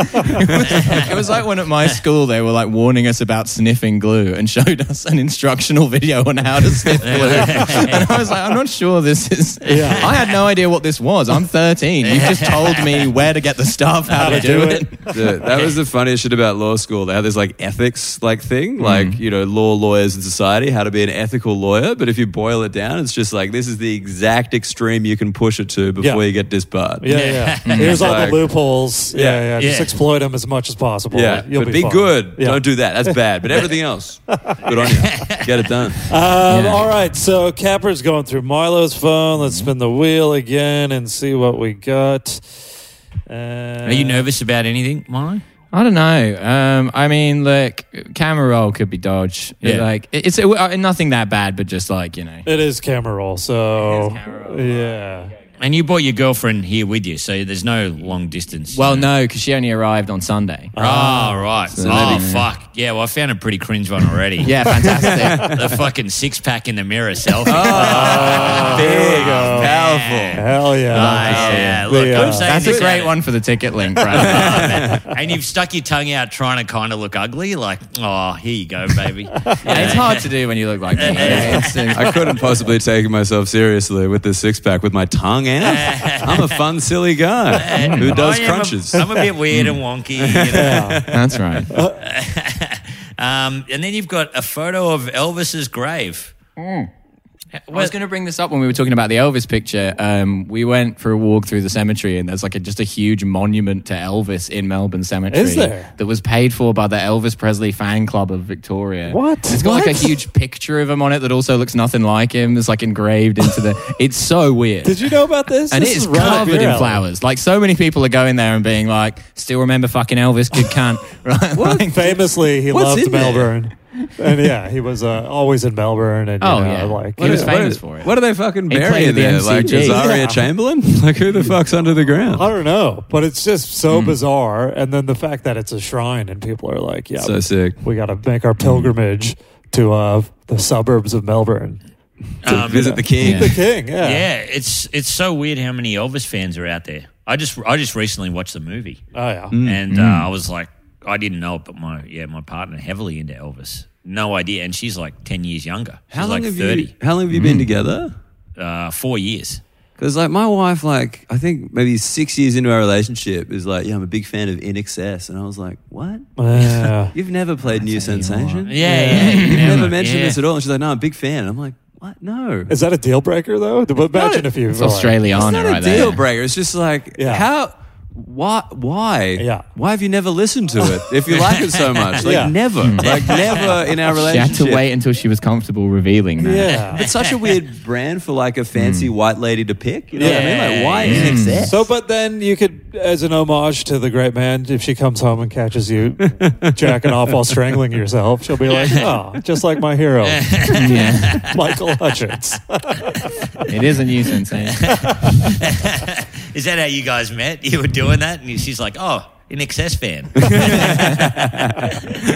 it was like when at my school they were like warning us about sniffing glue and showed us an instructional video on how to sniff glue. and I was like, I'm not sure this *laughs* is. I had no idea what this was. I'm 13. You just told me where to get the stuff, how, to do, it.
*laughs* Dude, that was the funniest shit about law school. They had this like ethics like
Mm.
thing, like you know, law, lawyers, and society, how to be an ethical lawyer. But if you boil it down, it's just like this is the exact extreme you can push it to before
Yeah.
you get disbarred.
Yeah, yeah. yeah. Here's all the
Like-
loopholes. Yeah, yeah.
Yeah.
Just
Yeah.
exploit them as much as possible.
Yeah,
You'll
but be,
fine.
good.
Yeah.
Don't do that. That's bad. But everything else, good
*laughs*
on you. Get it done.
Um,
Yeah.
All right, so Capper's going through Milo's phone. Let's spin the wheel again and see what we got. Uh,
Are you nervous about anything, Milo?
I don't know. Um, I mean, look, camera roll could be dodge.
Yeah.
Like, it- it's uh, nothing that bad, but just like, you know.
It is camera roll, so
It is camera roll.
yeah.
And you brought your girlfriend here with you, so there's no long distance.
Well, no, because she only arrived on Sunday.
oh, right. oh, fuck. Yeah, well, I found it pretty cringe one already.
*laughs*
*laughs*
Yeah, fantastic.
The fucking six pack in the mirror selfie.
Oh.
*laughs*
Ah,
Big,
Oh, man.
Hell yeah.
Oh, yeah. Look,
The, uh,
I'm saying
That's
this
a great
out- *laughs*
one for the ticket link, Brad.
and you've stuck your tongue out trying to kind of look ugly, like, oh, here you go,
*laughs*
baby.
And *laughs* it's hard to do when you look like that. Yeah, it's- um, it's-
I couldn't possibly take myself seriously with this six pack with my
*laughs*
tongue out. I'm a fun, silly guy
Mm.
who does
I am a-
crunches. Hmm.
I'm a bit weird and wonky.
*laughs*
You know?
That's right.
um, and then you've got a photo of Elvis's grave.
*laughs* I was going to bring this up when we were talking about the Elvis picture. Um, we went for a walk through the cemetery, and there's like a, just a huge monument to Elvis in Melbourne Cemetery.
Is there?
That was paid for by the Elvis Presley fan club of Victoria.
What?
It's got like
What?
a huge picture of him on it that also looks nothing like him. It's like engraved into
*laughs*
the. It's so weird.
Did you know about this?
and
This
it is
right up your
covered in
alley.
flowers. Like so many people are going there and being like, "Still remember fucking Elvis, good cunt." *laughs* Right? Like-
Famously, he
What's
loved
in there?
Melbourne. And yeah, he was uh, always in Melbourne. And, you
Oh,
know,
yeah.
like,
What
you
is
know,
fam- famous for it.
What are they fucking
He
burying
played the
there? Like
MCG.
Azaria
Yeah.
Chamberlain? *laughs* Like who the fuck's under the ground?
I don't know, but it's just so bizarre. And then the fact that it's a shrine and people are like, yeah,
So sick.
we got to make our pilgrimage to uh, the suburbs of Melbourne.
To
Um,
visit the king.
Yeah.
The king, yeah.
Yeah, it's it's so weird how many Elvis fans are out there. I just I just recently watched the movie,
Oh, yeah.
Hmm.
and uh, I was like, I didn't know it, but my yeah my partner heavily into Elvis. No idea, and she's like ten years younger. She's
How long
like
have you?
thirty,
How long have you
Mm.
been together?
uh, four years.
Because like my wife, like I think maybe six years into our relationship, is like, yeah, I'm a big fan of In Excess, and I was like, what?
Yeah.
You've never played New Sensation?
Yeah, yeah.
*laughs* You've
yeah,
never mentioned
yeah.
this at all. And she's like, no, I'm a big fan. And I'm like, what? No.
Is that a deal breaker, though? Imagine if you
It's
were like-
It's
Australiana
not
right
a deal
there.
breaker. It's just like
Yeah.
how why why
Yeah.
why have you never listened to it if you like it so
*laughs*
much? Like
Yeah.
never, like never in our
Mm. She had
relationship.
to wait until she was comfortable revealing that.
Yeah.
It's such a weird brand for like a
Mm.
fancy white lady to pick. You know what I mean? Like why
Yeah.
in excess?
*laughs* So, but then you could, as an homage to the great man, if she comes home and catches
*laughs*
you jacking off while strangling yourself, she'll be like, oh, just like my
*laughs*
hero, *laughs* Michael Hutchins.
It is a eh? new sensation.
*laughs* Is that how you guys met? *laughs* You were doing that, and she's like, "Oh, an excess
*laughs*
fan." *laughs*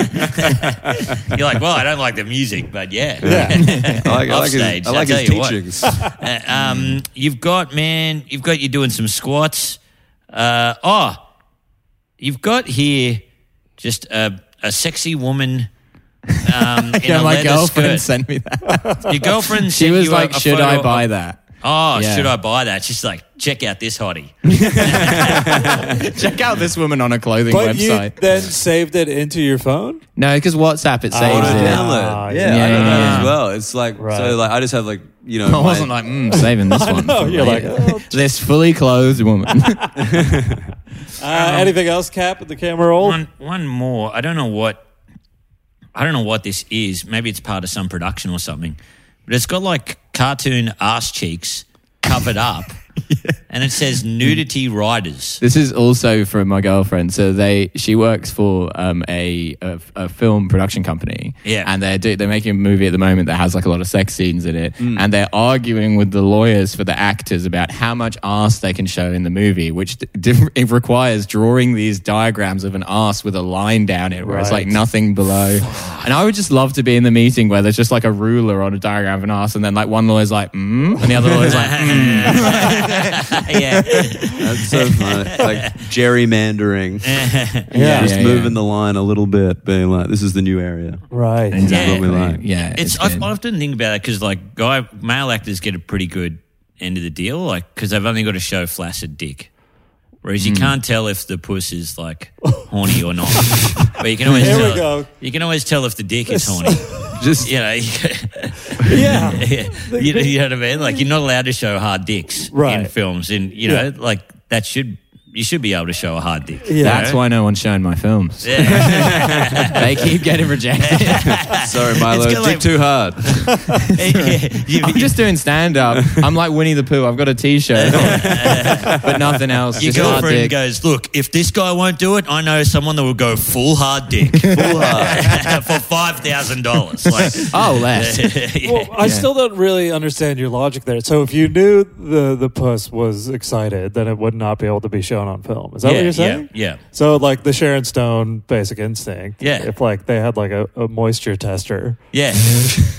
You're like, "Well, I don't like the music, but yeah."
Yeah.
*laughs*
I like, I like
Offstage,
his, I
I'll
like
tell
his
you what.
*laughs*
teachings.
Uh, um, you've got man, you've got you doing some squats. Uh, oh, you've got here just a, a sexy woman.
*laughs*
Um, in
yeah,
a
my
leather skirt.
girlfriend sent me that.
Your girlfriend.
she
sent
was
you a-
like,
a
"Should
photo
I
of-
buy that?
Oh,
Yeah.
should I buy that? She's like, check out this hottie.
*laughs* Check out this woman on a clothing
But you
website." Oh,
then saved it into your phone?
no, because WhatsApp it
I
saves
want to
it.
Yeah,
download. Yeah, I got
yeah.
that as well. It's like
Right.
so. Like I just have like you
*laughs*
know.
I wasn't
my-
like, mm, saving *laughs* this one.
know,
for
you're like,
later."
"Oh."
*laughs* this fully clothed woman.
Uh,
Um,
anything else, Cap, at the camera roll?
One, one more. I don't know what. I don't know what this is. Maybe it's part of some production or something. But it's got like cartoon ass cheeks covered
*laughs*
up, and it says nudity riders.
This is also from my girlfriend. So they, she works for um, a, a a film production company.
Yeah.
and they're do, they're making a movie at the moment that has like a lot of sex scenes in it, and they're arguing with the lawyers for the actors about how much ass they can show in the movie, which d- diff- it requires drawing these diagrams of an ass with a line down it, where it's
Right.
like nothing below. and I would just love to be in the meeting where there's just like a ruler on a diagram of an ass, and then like one lawyer's like, mm, and the other
*laughs*
lawyer's like, mm.
yeah.
That's so
*laughs*
funny. Like gerrymandering,
Yeah.
just
Yeah, yeah.
moving the line a little bit, being like, "This is the new area."
Right.
This is what we like.
yeah,
It's,
good.
I often think about it because like guy male actors get a pretty good end of the deal, like because they've only got to show flaccid dick, whereas
Hmm.
you can't tell if the puss is like horny
*laughs*
or not. but you can always
Here we
tell,
go.
you can always tell if the dick is horny.
Just
You know, *laughs*
Yeah.
Yeah. you, know, you know what I mean? Like you're not allowed to show hard dicks
Right.
in films, and you know,
Yeah.
like that should. You you should be able to show a hard dick.
Yeah.
That's why no one's showing my films.
*laughs*
*laughs* they keep getting rejected. *laughs*
Sorry, Milo.
kinda
Dig
like-
too hard.
*laughs* you,
I'm just doing stand up. I'm like Winnie the Pooh. I've got a T-shirt, on, but nothing else.
your
just hard
girlfriend
dick.
goes, look, if this guy won't do it, I know someone that will go full hard dick *laughs* for five thousand dollars. Like,
Oh,
*laughs*
less.
Yeah.
Well, I still don't really understand your logic there. So if you knew the the puss was excited, then it would not be able to be shown on film. Is that
Yeah,
what you're
yeah,
saying?
yeah.
So like the Sharon Stone Basic Instinct.
Yeah.
If like they had like a, a moisture tester.
Yeah.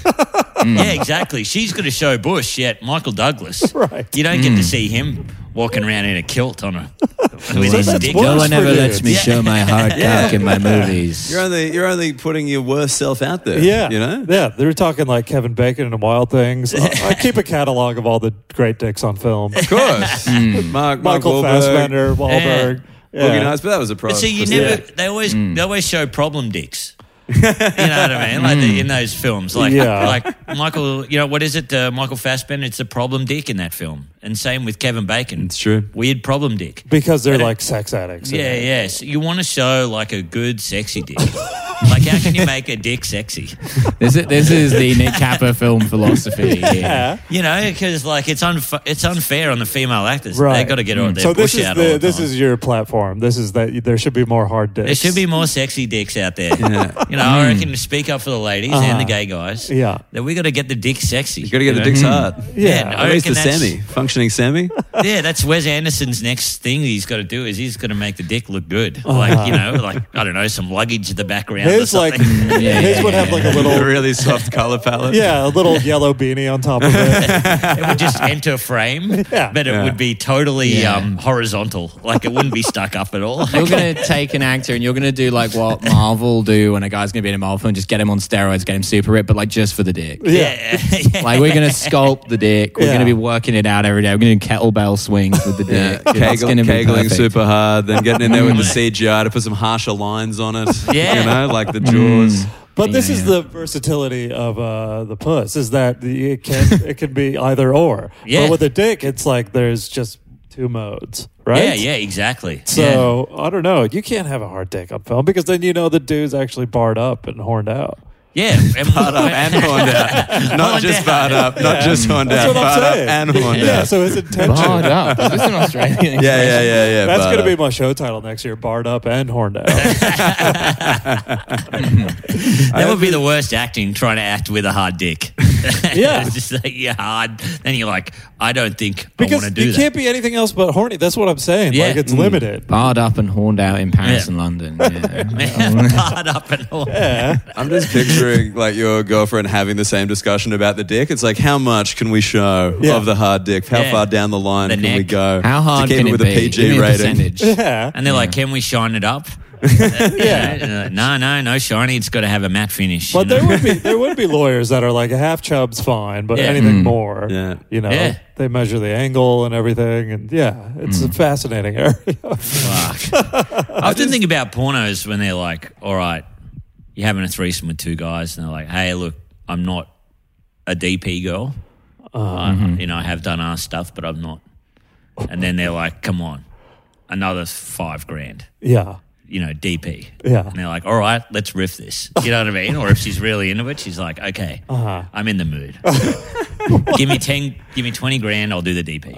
yeah, exactly. She's going to show Bush, yet Michael Douglas.
Right.
You don't get to see him walking around in a kilt on a with his
that's
dick.
worse
No
Works
one
for
ever
you.
lets me
Yeah.
show my hard cock in my movies.
You're only you're only putting your worst self out there.
Yeah.
you know.
Yeah. They were talking like Kevin Bacon and the Wild
*laughs*
Things. I, I keep a catalog of all the great dicks on film.
Of
*laughs*
course,
Hmm.
Mark, Mark
Michael
Wahlberg,
Fassbender, Wahlberg. Yeah.
Boogie Nights, but that was a problem.
But see, you
Yeah.
never. They always
Mm.
they always show problem dicks. you know what I mean? Like the, in those films, like
Mm. Yeah.
like Michael. You know what is it? Uh, Michael Fassbender. It's a problem dick in that film, and same with Kevin Bacon.
It's true.
Weird problem dick.
Because they're like sex addicts.
Yeah, yeah. So you want to show like a good sexy dick. like how can you make a dick sexy?
This is, this is the Nick Kappa film philosophy. Here.
You know, because like it's unf- it's unfair on the female actors.
Right. Mm.
They got to get all their
So
push
this is
out all
the,
the
this
time.
is your platform. This is that there should be more hard
There
dicks.
should be more sexy dicks out there. You know, I reckon to speak up for the ladies and the
Mm. Uh-huh.
gay guys.
Yeah.
That we got to get the dick sexy.
you got to get the dicks hard.
Yeah.
Yeah,
At least
reckon
the
Hmm. that's-
semi, functioning semi.
*laughs* Yeah, that's Wes Anderson's next thing he's got to do is he's got to make the dick look good. Like, you know, like, I don't know, some luggage in the background or
His like
something.
*laughs* his would
*laughs*
have like a
a
little
really soft color palette.
yeah a
*laughs*
little yellow beanie on top of
*laughs*
it.
*laughs* it would just enter frame,
Yeah.
but it
Yeah.
would be totally
Yeah.
um, horizontal. Like, it wouldn't be stuck up at all.
You're gonna take an actor and you're gonna do like what Marvel do when a guy's gonna be in a Marvel film, just get him on steroids, get him super ripped, but like just for the dick.
*laughs*
*laughs* yeah. *laughs* yeah.
*laughs* Like we're gonna sculpt the dick. We're
Yeah.
gonna be working it out every day. We're gonna do kettlebell swings with the
Yeah,
dick. It's
Kegel,
gonna be
kegling
perfect.
super hard, then getting in there with the CGI to put some harsher lines on it.
Hmm. *laughs* Yeah. Hmm.
you know, like the jaws.
But this
Yeah,
is
yeah.
the versatility of uh, the puss is that the- it
*laughs*
can it can be either or.
Yeah.
But with a dick, it's like there's just two modes, right?
Yeah, yeah, exactly. Yeah.
So I don't know. You can't have a hard dick on film because then you know the dude's actually barred up and horned out.
Yeah, and-
Barred up
*laughs*
and horned out. Not
Horned
just
out.
barred up, not just horned
That's
out,
what I'm
barred up
saying.
and horned
yeah.
out.
So his intention.
Barred up. Is this an Australian?
Yeah, yeah, yeah, *laughs* yeah.
That's
barred
going to be
up.
my show title next year: barred up and
*laughs*
horned out.
that would be the worst acting trying to act with a hard dick.
*laughs*
*laughs*
Yeah.
it's just like you're hard. Then you're like, I don't think I
because
want to do
you
that.
can't be anything else but horny. That's what I'm saying.
Yeah.
Like
Mm.
it's limited.
*laughs*
Barred up and horned out in Paris
Yeah.
and London. Yeah.
*laughs*
Oh.
Hard up and all.
I'm just picturing like your girlfriend having the same discussion about the dick. It's like, how much can we show
Yeah.
of the hard dick? How
Yeah.
far down the line
The
can we
neck.
go
*laughs* How hard
to keep
can
it
it
with
be?
a PG
Give me
rating? *laughs*
percentage. *laughs*
Yeah.
And they're like, can we shine
*laughs*
it up?
Yeah.
no, no, no shiny. It's got to have a matte finish.
But
you
there
know?
would be there would be lawyers that are like a half chub's fine, but
Yeah. Mm.
anything more,
Yeah.
you know,
Yeah. Mm.
they measure the angle and everything, and yeah, it's a fascinating *laughs* area.
Fuck. I often think about pornos when they're like, all right, you're having a threesome with two guys, and they're like, hey, look, I'm not a DP girl. I, You know, I have done ass stuff, but I'm not. And then they're like, come on, another five grand,
yeah,
you know, DP.
Yeah.
And they're like, all right, let's riff this. You know what I mean? Or if she's really into it, she's like, okay, I'm in the mood. give me 10, give me 20 grand, I'll do the DP.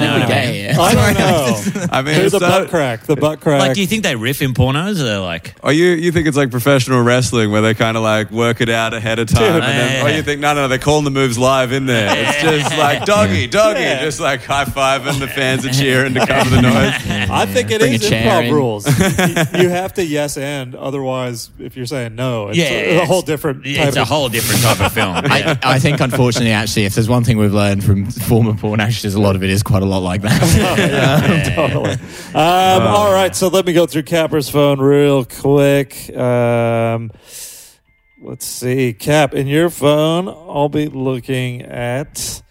No,
did
no,
we get here?
I don't know.
I mean,
Here's the
it's not-
butt crack. The butt crack.
like, do you think they riff in pornos? Or they're like,
Or you, you think it's like professional wrestling where they kind of like work it out ahead of time.
Dude.
and then,
Yeah.
Or you think, no, no, they're calling the moves live in there. It's just like doggy, doggy,
Yeah.
just like high five and the fans are cheering
*laughs*
to cover the noise.
I think it
Bring a
is
chair
improv
*laughs*
in.
rules. Y- you have to yes and otherwise, if you're saying no, it's
yeah,
a,
yeah,
a whole different.
It's,
type
it's a
of-
whole different type of film.
I,
Yeah.
I think, unfortunately, actually, if there's one thing we've learned from former porn actors, a lot of it is quite a lot like that.
*laughs*
*laughs*
*laughs*
totally. Um,
Uh.
all right, so let me go through Capper's phone real quick. Um, let's see, Cap, in your phone, I'll be looking at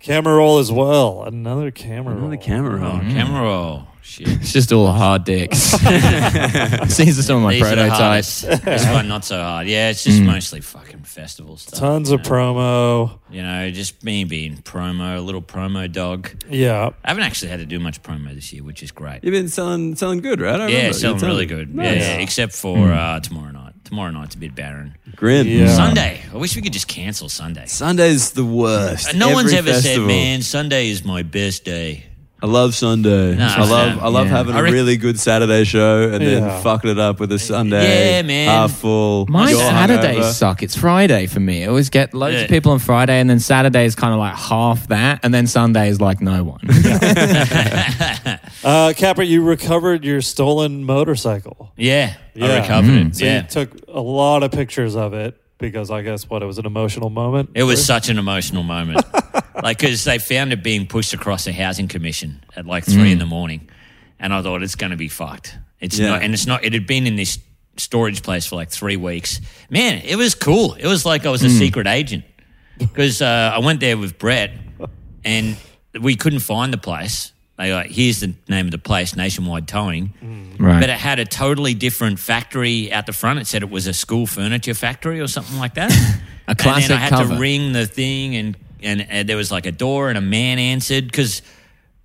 camera roll as well. Another camera roll.
Another camera
oh,
roll.
camera roll. Shit.
It's just all hard
*laughs*
dicks. *laughs* These are some of my
These are the
prototypes.
hardest. this one not so hard. Yeah, it's just mostly fucking festival stuff.
Tons
you
of
know?
promo.
You know, just me being promo, a little promo dog.
Yeah.
I haven't actually had to do much promo this year, which is great.
You've been selling selling good, right? I
yeah,
remember you
selling
telling
really
me.
good.
Nice.
Yeah, yeah, except for uh, tomorrow night. Tomorrow night's a bit barren.
Grim.
Yeah.
Sunday. I wish we could just cancel Sunday.
Sunday's the worst.
Uh, No one's
Every
ever
festival.
said, "Man, Sunday is my best day."
I love Sunday.
No,
I love
yeah,
I love
yeah.
having
I
a
rec-
really good Saturday show and
Yeah.
then fucking it up with a Sunday.
Yeah, man.
Half full.
My
you're
Saturdays
hungover.
suck. It's Friday for me. I always get loads
Yeah.
of people on Friday, and then Saturday is kind of like half that, and then Sunday is like
*laughs*
no one.
Uh, Capper, you recovered your stolen motorcycle.
Yeah, I
Yeah. Mm.
recovered it.
So
yeah,
you took a lot of pictures of it because I guess what it was an emotional moment.
it was such an emotional moment. like, because they found it being pushed across the housing commission at like three in the morning, and I thought it's going to be fucked. It's
Yeah.
not, and it's not. It had been in this storage place for like three weeks. Man, it was cool. It was like I was a secret agent because uh, I went there with Brett, and we couldn't find the place. They like, here's the name of the place, Nationwide Towing.
right.
but it had a totally different factory out the front. It said it was a school furniture factory or something like that.
*laughs* A
And
classic
then I had
cover.
to ring the thing, and, and and there was like a door, and a man answered because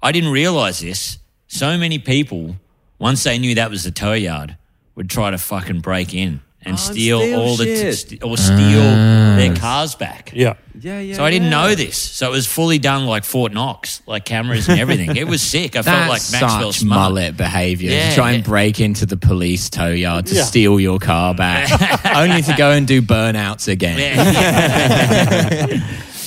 I didn't realize this. So many people, once they knew that was the tow yard, would try to fucking break in and
Oh,
steal,
steal
all the t-
shit.
st- or steal
Ah.
their cars back.
Yeah.
Yeah, yeah.
So I didn't
yeah.
know this. So it was fully done like Fort Knox, like cameras and everything. It was sick. I felt like
That's
Maxwell
such
Smart.
mullet behavior
Yeah,
to try and
yeah.
break into the police tow yard to
Yeah.
steal your car
*laughs*
back, only to go and do burnouts
*laughs*
again.
Yeah.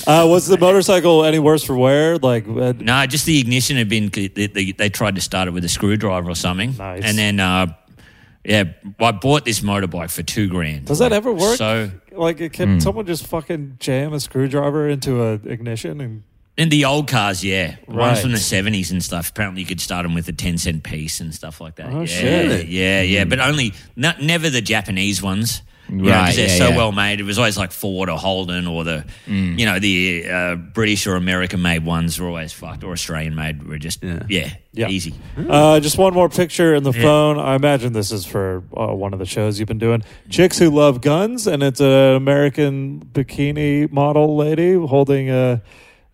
Uh, was the motorcycle any worse for wear? Like, uh,
No, just the ignition had been. They, they, they tried to start it with a screwdriver or something.
Nice.
And then, uh, yeah, I bought this motorbike for two grand.
does that
Like,
ever work?
So,
like, it can someone just fucking jam a screwdriver into a ignition and
in the old cars, yeah, ones
Right.
from the seventies and stuff. Apparently, you could start them with a ten cent piece and stuff like that.
Oh,
yeah,
shit. Hmm.
yeah, yeah, but only not never the Japanese ones. You know, 'cause
Right,
they're
yeah,
so
yeah.
well made. It was always like Ford or Holden or the,
Hmm.
you know, the uh, British or American made ones were always fucked or Australian made were just,
Yeah.
yeah,
Yeah.
easy.
Uh, just one more picture in the phone. I imagine this is for uh, one of the shows you've been doing. Chicks who love guns, and it's an American bikini model lady holding a,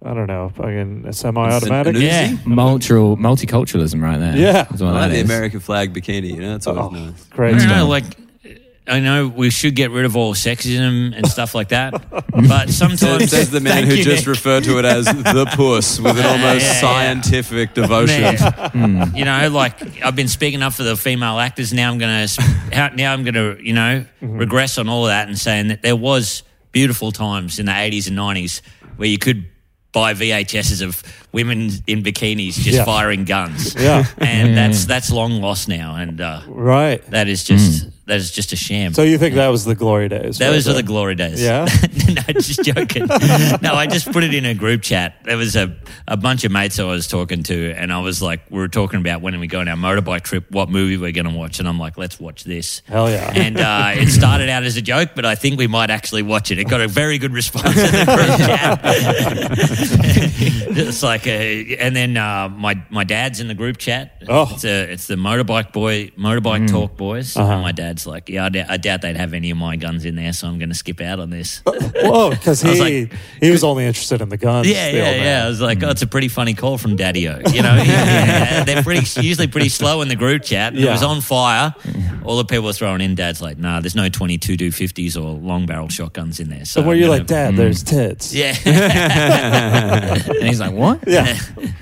I don't know, fucking a semi-automatic.
An- an
Yeah.
Uzi?
Multural, multiculturalism right there.
Yeah.
That's what
I like
that
the
is.
American flag bikini, you know, it's always
Oh,
nice.
great
I don't
stuff.
know, like I know we should get rid of all sexism and stuff like that,
*laughs*
but sometimes *laughs*
Says the man
Thank
who
you,
just
Nick.
referred to it as the puss with an
Yeah,
almost
yeah, yeah.
scientific
man,
*laughs* devotion. Hmm.
you know, like I've been speaking up for the female actors. Now I'm gonna s- how- now I'm gonna you know
Mm-hmm.
regress on all of that and saying that there was beautiful times in the 80s and 90s where you could buy VHSs of women in bikinis just
Yeah.
firing
*laughs*
guns.
Yeah.
*laughs* and that's that's long lost now, and uh,
right.
that is
Mm.
just that is just a sham.
So you think that was the glory days? right?
Those were the glory days.
Yeah?
*laughs* no, just
*laughs*
joking. no, I just put it in a group chat. There was a, a bunch of mates I was talking to, and I was like, we were talking about when we go on our motorbike trip, what movie we're going to watch. And I'm like, let's watch this.
Hell yeah. *laughs*
And uh, it started out as a joke, but I think we might actually watch it. It got a very good response in the group chat.
*laughs*
*laughs* it's like, a, and then uh, my my dad's in the group chat.
Oh. Mm.
It's, a, it's the motorbike boy, motorbike talk boys.
Uh-huh.
And my dad's like, yeah, I, d- I doubt they'd have any of my guns in there, so I'm going to skip out on this.
Whoa, because
I was
he
like-
he was only interested in the guns.
*laughs* Yeah,
the
yeah,
old man.
yeah. I was like,
Hmm.
oh, it's a pretty funny call from Daddy O. You know,
*laughs*
Yeah, yeah. they're pretty usually pretty slow in the group chat. It
Yeah.
was on fire. All the people were throwing in. Dad's like, nah, there's no 22 do 50s or long barrel shotguns in there. So
So where you're
I'm
like,
gonna-
Dad, there's tits.
*laughs*
*laughs*
Yeah.
And he's like, what?
*laughs*
Yeah.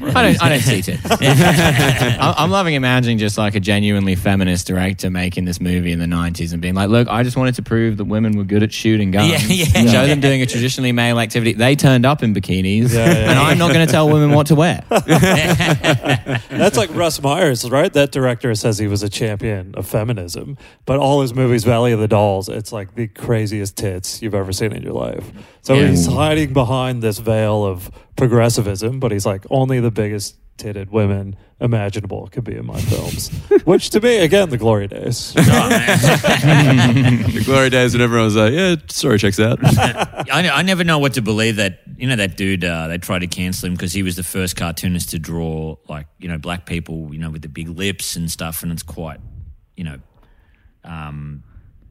I don't, I don't see it.
*laughs*
I- *laughs* I'm loving imagining just like a genuinely feminist director making this movie in the 90s and being like, look, I just wanted to prove that women were good at shooting guns.
Yeah, yeah.
Show them doing a traditionally male activity. They turned up in bikinis,
Yeah, yeah.
and I'm not going to tell women what
*laughs*
to wear.
That's like Russ Myers, right? That director says he was a champion of feminism, but all his movies, Valley of the Dolls, it's like the craziest tits you've ever seen in your life. So
Yeah.
he's hiding behind this veil of progressivism, but he's like, only the biggest titted women imaginable could be in my films, which to me, again, the glory days.
Oh, *laughs* man. *laughs*
the glory days when everyone was like, yeah, story checks out. *laughs*
I, I never know what to believe that you know that dude. Uh, they tried to cancel him because he was the first cartoonist to draw like you know black people, you know, with the big lips and stuff, and it's quite, you know, um,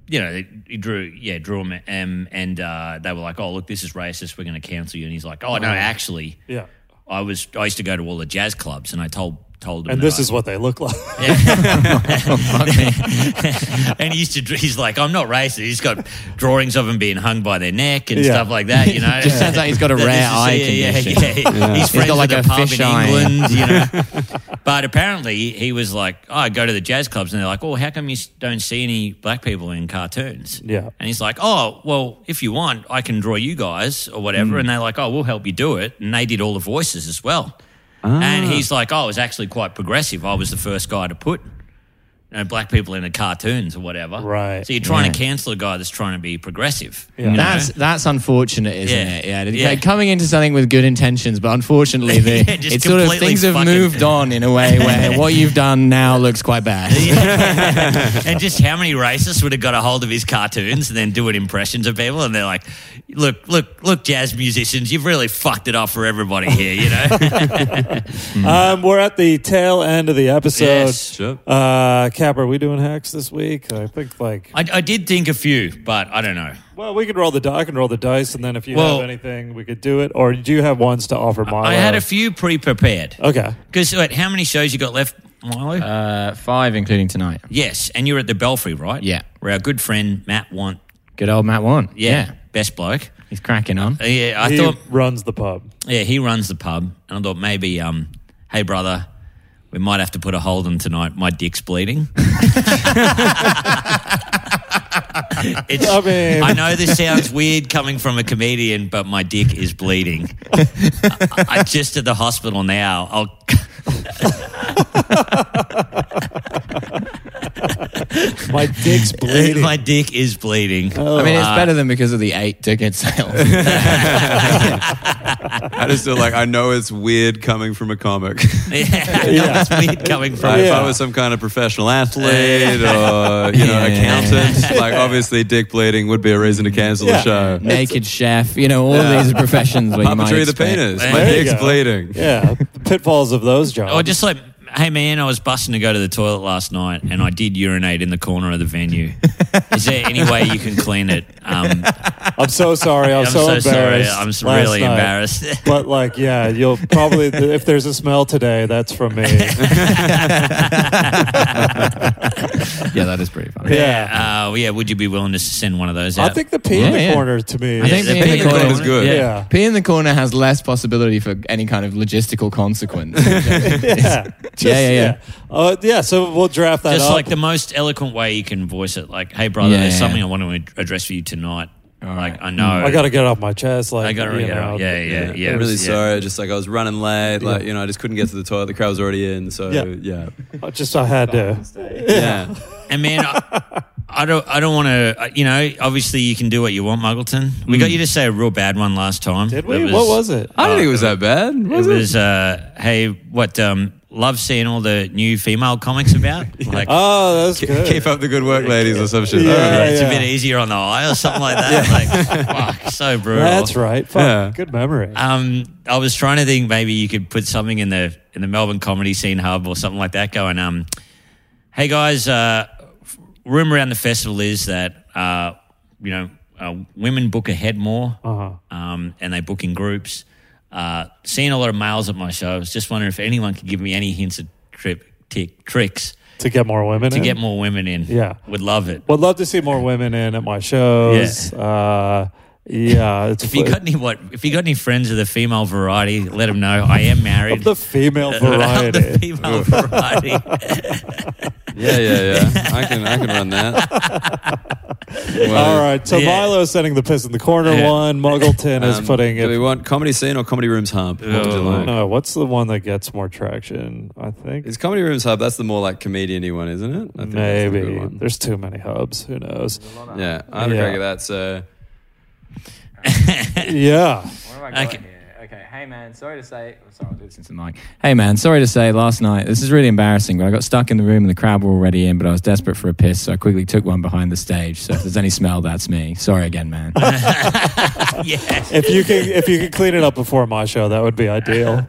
you know, he drew yeah drew him, um, and uh, they were like, oh look, this is racist. We're going to cancel you, and he's like, oh no, actually,
Yeah.
I was I used to go to all the jazz clubs, and I told told them,
And
that
this
I-
is what they look like.
*laughs* and he used to, dr- he's like, I'm not racist. He's got drawings of him being hung by their neck and
*laughs* Yeah.
stuff like that, you *laughs* know.
Just sounds like he's got a
This
rare
is-
eye condition.
Yeah, yeah. *laughs* He's friends
got like
with
a
a pub
fish
in
eye.
England, you know.
*laughs*
but apparently he was like, oh, I go to the jazz clubs and they're like, oh, how come you s- don't see any black people in cartoons?
Yeah.
And he's like, oh, well, if you want, I can draw you guys or
Hmm.
whatever. And they're like, oh, we'll help you do it. And they did all the voices as well.
Ah.
And he's like, oh, I was actually quite progressive. I was the first guy to put you know, black people in the cartoons or whatever.
Right.
So you're trying
Yeah.
to cancel a guy that's trying to be progressive.
Yeah.
you know?
That's that's unfortunate, isn't
Yeah.
it? Yeah.
Yeah.
Like, coming into something with good intentions,
*laughs*
but unfortunately, the,
Yeah, just
it's sort of
completely
things have
fucking-
moved on in a
*laughs*
way where what you've done now looks quite bad.
and just how many racists would have got a hold of his cartoons and then doing impressions of people and they're like look look look jazz musicians you've really fucked it up for everybody here you know
*laughs* Um, we're at the tail end of the episode.
Yes.
Sure.
Uh, Cap, are we doing hacks this week? I think like,
I, I did think a few but i don't know
well, we could roll the die. I can roll the dice, and then if you
Well-
have anything, we could do it. Or do you have ones to offer, Milo?
i had a few pre-prepared
Okay.
because how many shows you got left Milo?
Uh, five, including tonight.
yes and you're at the belfry right
Yeah.
where our good friend matt want
Good old Matt One.
yeah, best bloke
he's cracking on.
Uh, yeah i
he
thought
runs the pub. *laughs*
Yeah, he runs the pub, and I thought maybe, um, hey brother, we might have to put a hold on tonight. My dick's bleeding. *laughs* it's,
I
I,
mean-
know this sounds weird coming from a comedian, but my dick is bleeding. I, I'm just at the hospital now. I'll.
My dick's bleeding.
*laughs* my dick is bleeding. Uh,
I mean, it's better than because of the eight ticket sales.
I just feel like I know it's weird coming from a comic. *laughs*
yeah, that's weird coming from.
Like, If
Yeah.
I was some kind of professional athlete or you know
*laughs*
Yeah.
accountant, like obviously dick bleeding would be a reason to cancel
Yeah.
the show.
Naked chef, you know, all of these professions where you might
Puppetry of the
expect-
penis.
Yeah.
My
There you
dick's
go.
bleeding.
Yeah, the pitfalls of those jobs.
Or Oh, just like, hey man, I was busting to go to the toilet last night, and I did urinate in the corner of the venue. Is there any way you can clean it? Um,
I'm so sorry. I'm,
*laughs* I'm so sorry.
embarrassed.
I'm s-
last
really
night.
embarrassed.
*laughs* But like, yeah, you'll
*laughs*
probably if there's a smell today, that's from me.
*laughs* Yeah, that is pretty funny.
Yeah,
Uh, well, yeah, would you be willing to send one of those out?
I think the pee in
Yeah,
the
yeah.
corner to me.
I think
Yeah,
the
Being
pee in the corner
is good.
yeah.
*laughs* Yeah.
Pee in the corner has less possibility for any kind of logistical consequence.
*laughs*
*laughs*
yeah. Just-
yeah, yeah.
Uh, yeah, so we'll draft that
just
up.
like the most eloquent way you can voice it. Like, hey, brother,
Yeah,
there's
yeah.
something I want to ad- address for you tonight.
All
like,
right.
I know.
Mm. I got to get it off my chest. Like,
I got to
you
get it
know,
out. Yeah, yeah, yeah.
I'm really
yeah.
sorry. Just like I was running late. Like you know, I just couldn't get to the toilet. The crowd was already in. So
Yeah.
yeah,
I Just I had to.
yeah.
And man, I, I don't, I don't want to. You know, obviously you can do what you want, Muggleton. We got you to say a real bad one last time.
Did we? what was it?
I don't think it was that bad.
It
Was it?
was, uh, hey, what? Um, love seeing all the new female comics about. Like,
Oh, that's good.
Keep up the good work, ladies, or some shit.
Yeah.
All right.
it's
yeah.
a bit easier on the eye or something like
*laughs*
that. Like, fuck, so brutal.
that's right. Fuck,
Yeah.
Good memory.
Um, I was trying to think maybe you could put something in the in the Melbourne comedy scene hub or something like that. Going, um, hey guys, uh, f- rumor around the festival is that uh, you know uh, women book ahead more,
Uh-huh.
um, and they book in groups. Uh, seeing a lot of males at my shows, just wondering if anyone could give me any hints of trip tick tricks
to get more women
to
in.
get more women in.
Yeah.
would love it.
Would love to see more women in at my shows. Yeah. Uh, yeah it's
If you got any what? If you got any friends of the female variety, let them know. I am married.
of the
*laughs*
female
Of the
variety. *laughs*
female variety.
Yeah, yeah, yeah. I can, I can run that.
*laughs* All right, so
Yeah.
Milo's setting the piss in the corner
Yeah.
one. Muggleton is
Um,
putting
Do we
it.
want comedy scene or comedy rooms hub? What
Oh.
would you like?
No, what's the one that gets more traction? I think
It's comedy rooms hub. That's the more like comedian-y one, isn't it? I think that's the good
maybe
one.
there's too many hubs. Who knows?
Yeah, I had a
Yeah.
crack at that. So
Yeah,
Okay.
Okay, hey man, sorry to say, oh, sorry, I'll do this into the mic. Hey man, sorry to say, last night this is really embarrassing, but I got stuck in the room and the crowd were already in, but I was desperate for a piss, so I quickly took one behind the stage. So if there's any smell, that's me. Sorry
*laughs*
again, man.
*laughs* yeah.
If you can, if you could clean it up before my show, that would be
*laughs*
ideal.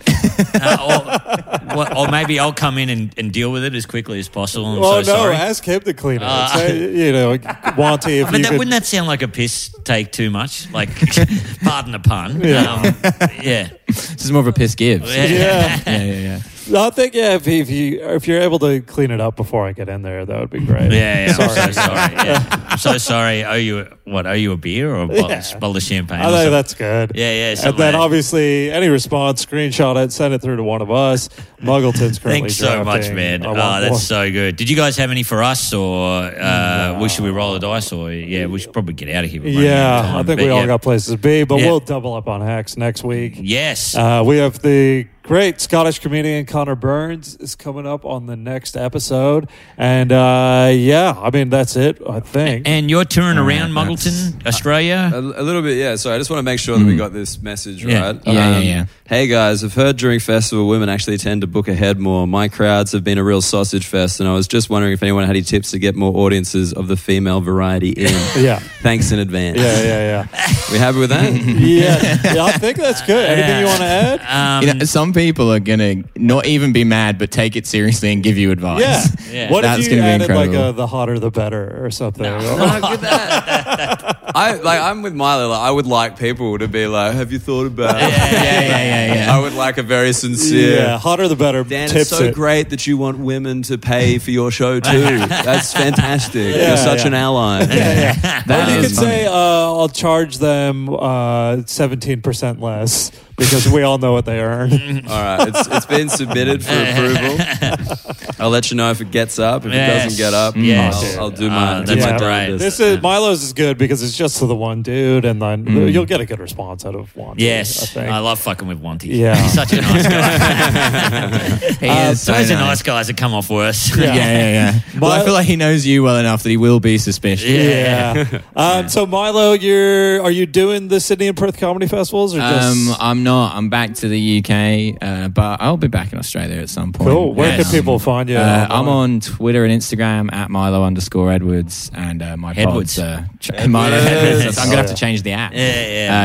Uh, or, well, or maybe I'll come in and, and deal with it as quickly as possible. I'm
well,
so
Oh, no,
sorry.
ask him to clean it.
Uh, *laughs*
Say, you know, Wanty, if
But
you
that,
could,
wouldn't that sound like a piss take too much? Like, *laughs* pardon the pun.
Yeah.
Um, yeah.
this is more of a piss give.
Oh, Yeah.
*laughs* yeah.
*laughs* yeah, yeah, yeah.
I think yeah, if, if you if you're able to clean it up before I get in there, that would be great.
Yeah, yeah. I'm so
Sorry.
sorry. Yeah. I'm so sorry. Owe you what? Owe you a beer or a bottle,
Yeah.
bottle of champagne?
I
or
think
something?
that's good.
Yeah, yeah,
And
something
then
like that.
obviously, any response, screenshot it, send it through to one of us. Muggleton's currently
*laughs* Thanks so much,
drafting.
man.
I
Oh,
want
that's
more.
so good. Did you guys have any for us, or uh, we should we roll the dice, or yeah, we should probably get out of here. We're running out
yeah,
of time,
I think
but
we all
yeah.
got places to be, but
Yeah.
we'll double up on hacks next week.
*laughs* Yes.
Uh, we have the great Scottish comedian Connor Burns is coming up on the next episode, and uh, yeah, I mean that's it. I think.
and you're touring
Uh,
around
that's-
Muggleton, Australia.
A, a little bit, yeah. So I just want to make sure that we got this message
Yeah.
right.
Mm.
Um,
Yeah, yeah, yeah.
Hey guys, I've heard during festival women actually tend to book ahead more. My crowds have been a real sausage fest, and I was just wondering if anyone had any tips to get more audiences of the female variety in.
*laughs*
yeah,
Thanks in advance.
yeah, yeah, yeah.
We happy with
*laughs*
that?
yeah, yeah. I think that's good. Anything you want to add?
Um,
You know, some people are gonna not even be mad, but take it seriously and give you advice.
Yeah.
Yeah.
What
That's
if you
gonna be
added like
incredible.
a the hotter the better or something? Oh,
I like. I'm with Miley. Like, I would like people to be like, "Have you thought about?" it?"
yeah, yeah, yeah, yeah.
*laughs* I would like a very sincere.
yeah, hotter the better.
Dan,
tips
it's so
it.
great that you want women to pay for
*laughs*
your show too. That's fantastic.
Yeah,
You're such
yeah.
an ally.
That
Or you
is
could
funny.
say, uh, I'll charge them uh, seventeen percent less because we all know what they earn.
All right, it's, it's been
*laughs*
submitted *laughs* for approval. I'll let you know if it gets up.
Yes.
If it doesn't get up,
Yes.
I'll, I'll do my.
Uh,
do
that's
my
right.
darndest.
this is Milo's is good because it's just to the one dude, and then you'll get a good response out of one. dude, I
Yes,
think.
I, love fucking with Wanty.
Yeah.
he's such a nice guy.
He
Uh,
is so
Those are
nice.
nice guys that come off worse. *laughs*
Yeah.
*laughs* Yeah, yeah, yeah. well, I
But-
feel like he knows you well enough that he will be suspicious.
Yeah.
yeah. *laughs* um, so Milo, you're are you doing the Sydney and Perth comedy festivals or just?
Um, I'm not. I'm back to the UK, uh, but I'll be back in Australia at some point.
Cool. Where
Yes.
can people find you?
Uh,
online?
I'm on Twitter and Instagram at Milo underscore Edwards and uh, my
Edwards.
pods. Uh, tra- *laughs* Milo Edwards. I'm gonna have
Oh, yeah.
to change the app.
Yeah, yeah,
Uh,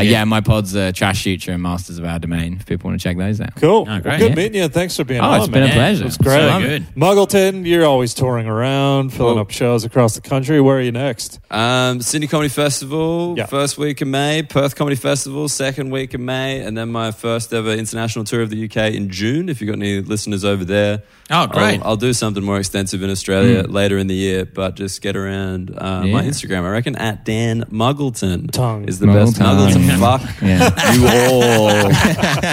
yeah.
yeah, my pods are Trash Future and Masters of Our Domain. If people want to check those out.
Cool.
Oh, great.
Well, good
Yeah.
meeting you. Thanks for being
Oh,
on.
it's been a
man.
pleasure.
It's great.
So good.
Muggleton, you're always touring around, filling
Cool.
up shows across the country. Where are you next?
Um, Sydney Comedy Festival,
Yeah.
first week in May. Perth Comedy Festival, second week in May, and then my first ever international tour of the UK in June. If you've got any listeners over there,
Oh, great.
I'll, I'll do something more extensive in Australia later in the year. But just get around uh, my
Yeah.
Instagram, I reckon, at Dan Muggleton
Tongue.
is the best.
Muggleton.
Muggleton, fuck *laughs*
Yeah.
you all. *laughs* um,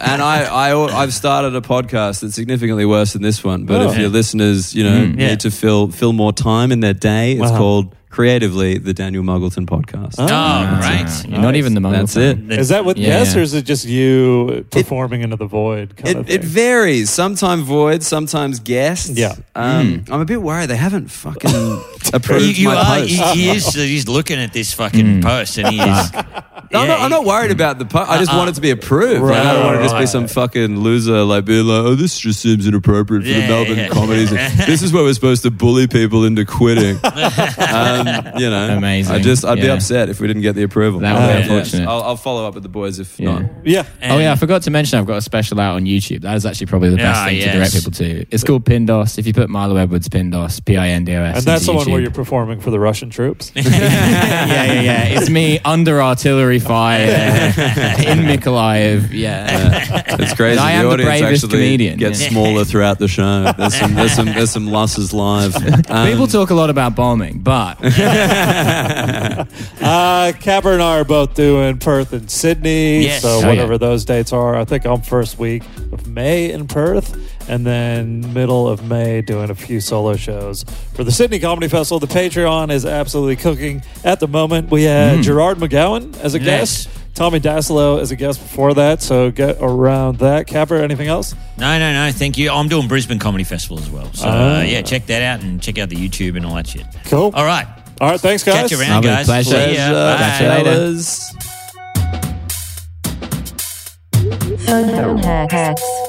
and I, I, I've started a podcast that's significantly worse than this one. But
Oh.
if your listeners, you know,
Yeah.
need to fill fill more time in their day, it's
Wow.
called creatively the Daniel Muggleton podcast.
Oh,
That's,
right.
uh, Not even the Milo.
That's
fan.
it.
The-
Is that with
Yeah,
yes,
yeah.
or is it just you performing into the void? Kind of
It, it
thing?
varies. Sometimes void, sometimes guests.
Yeah.
Um, I'm a bit worried they haven't
*laughs*
fucking approved
Mm. You, you
my
are.
post.
He, he is. He's looking at this fucking post, and he is.
No, I'm,
Yeah,
not, I'm not worried about the post. I just want it to be approved. Like, I don't
Right,
want to just be
right.
some fucking loser, like being like, oh, this just seems inappropriate for
Yeah,
the Melbourne
yeah.
comedies. *laughs* this is where we're supposed to bully people into quitting. *laughs* um, you know,
Amazing.
I just, I'd be
Yeah.
upset if we didn't get the approval.
That would
be
yes.
unfortunate.
I'll, I'll follow up with the boys if
Yeah.
*laughs* not.
Yeah.
oh yeah, I forgot to mention I've got a special out on YouTube. That is actually probably the best
Ah,
thing
yes.
to direct people to. It's called Pindos. If you put Milo Edwards Pindos, P I N D O S,
And that's the one
into
where
YouTube. *laughs*
you're performing for the Russian
*laughs*
troops. *laughs*
yeah, yeah, yeah. It's me under
*laughs*
artillery fire in Mykolaiv. Yeah.
*laughs* It's crazy.
I am the
audience
bravest
actually
comedian.
gets *laughs*
Yeah.
smaller throughout the show. There's some, there's some, there's some losses live. Um,
*laughs* People talk a lot about bombing, but *laughs*
*laughs*
uh, Cabber and I are both doing Perth and Sydney.
Yes.
So
Oh, yeah.
whatever those dates are, I think I'm first week of May in Perth, and then middle of May doing a few solo shows for the Sydney Comedy Festival. The Patreon is absolutely cooking at the moment. We had
Mm.
Gerard McGowan as a
Nice.
guest. Tommy Dasilo as a guest before that, so get around that. Capper, anything else?
No, no, no. Thank you. I'm doing Brisbane Comedy Festival as well. So
Ah.
Oh.
uh, yeah, check that out and check out the YouTube and all that shit.
Cool.
All right.
All right, thanks, guys.
Catch you around,
Lovely.
guys.
Pleasure.
See ya.
Pleasure.
Bye.
Catch you later.
fellas.
Code Hacks.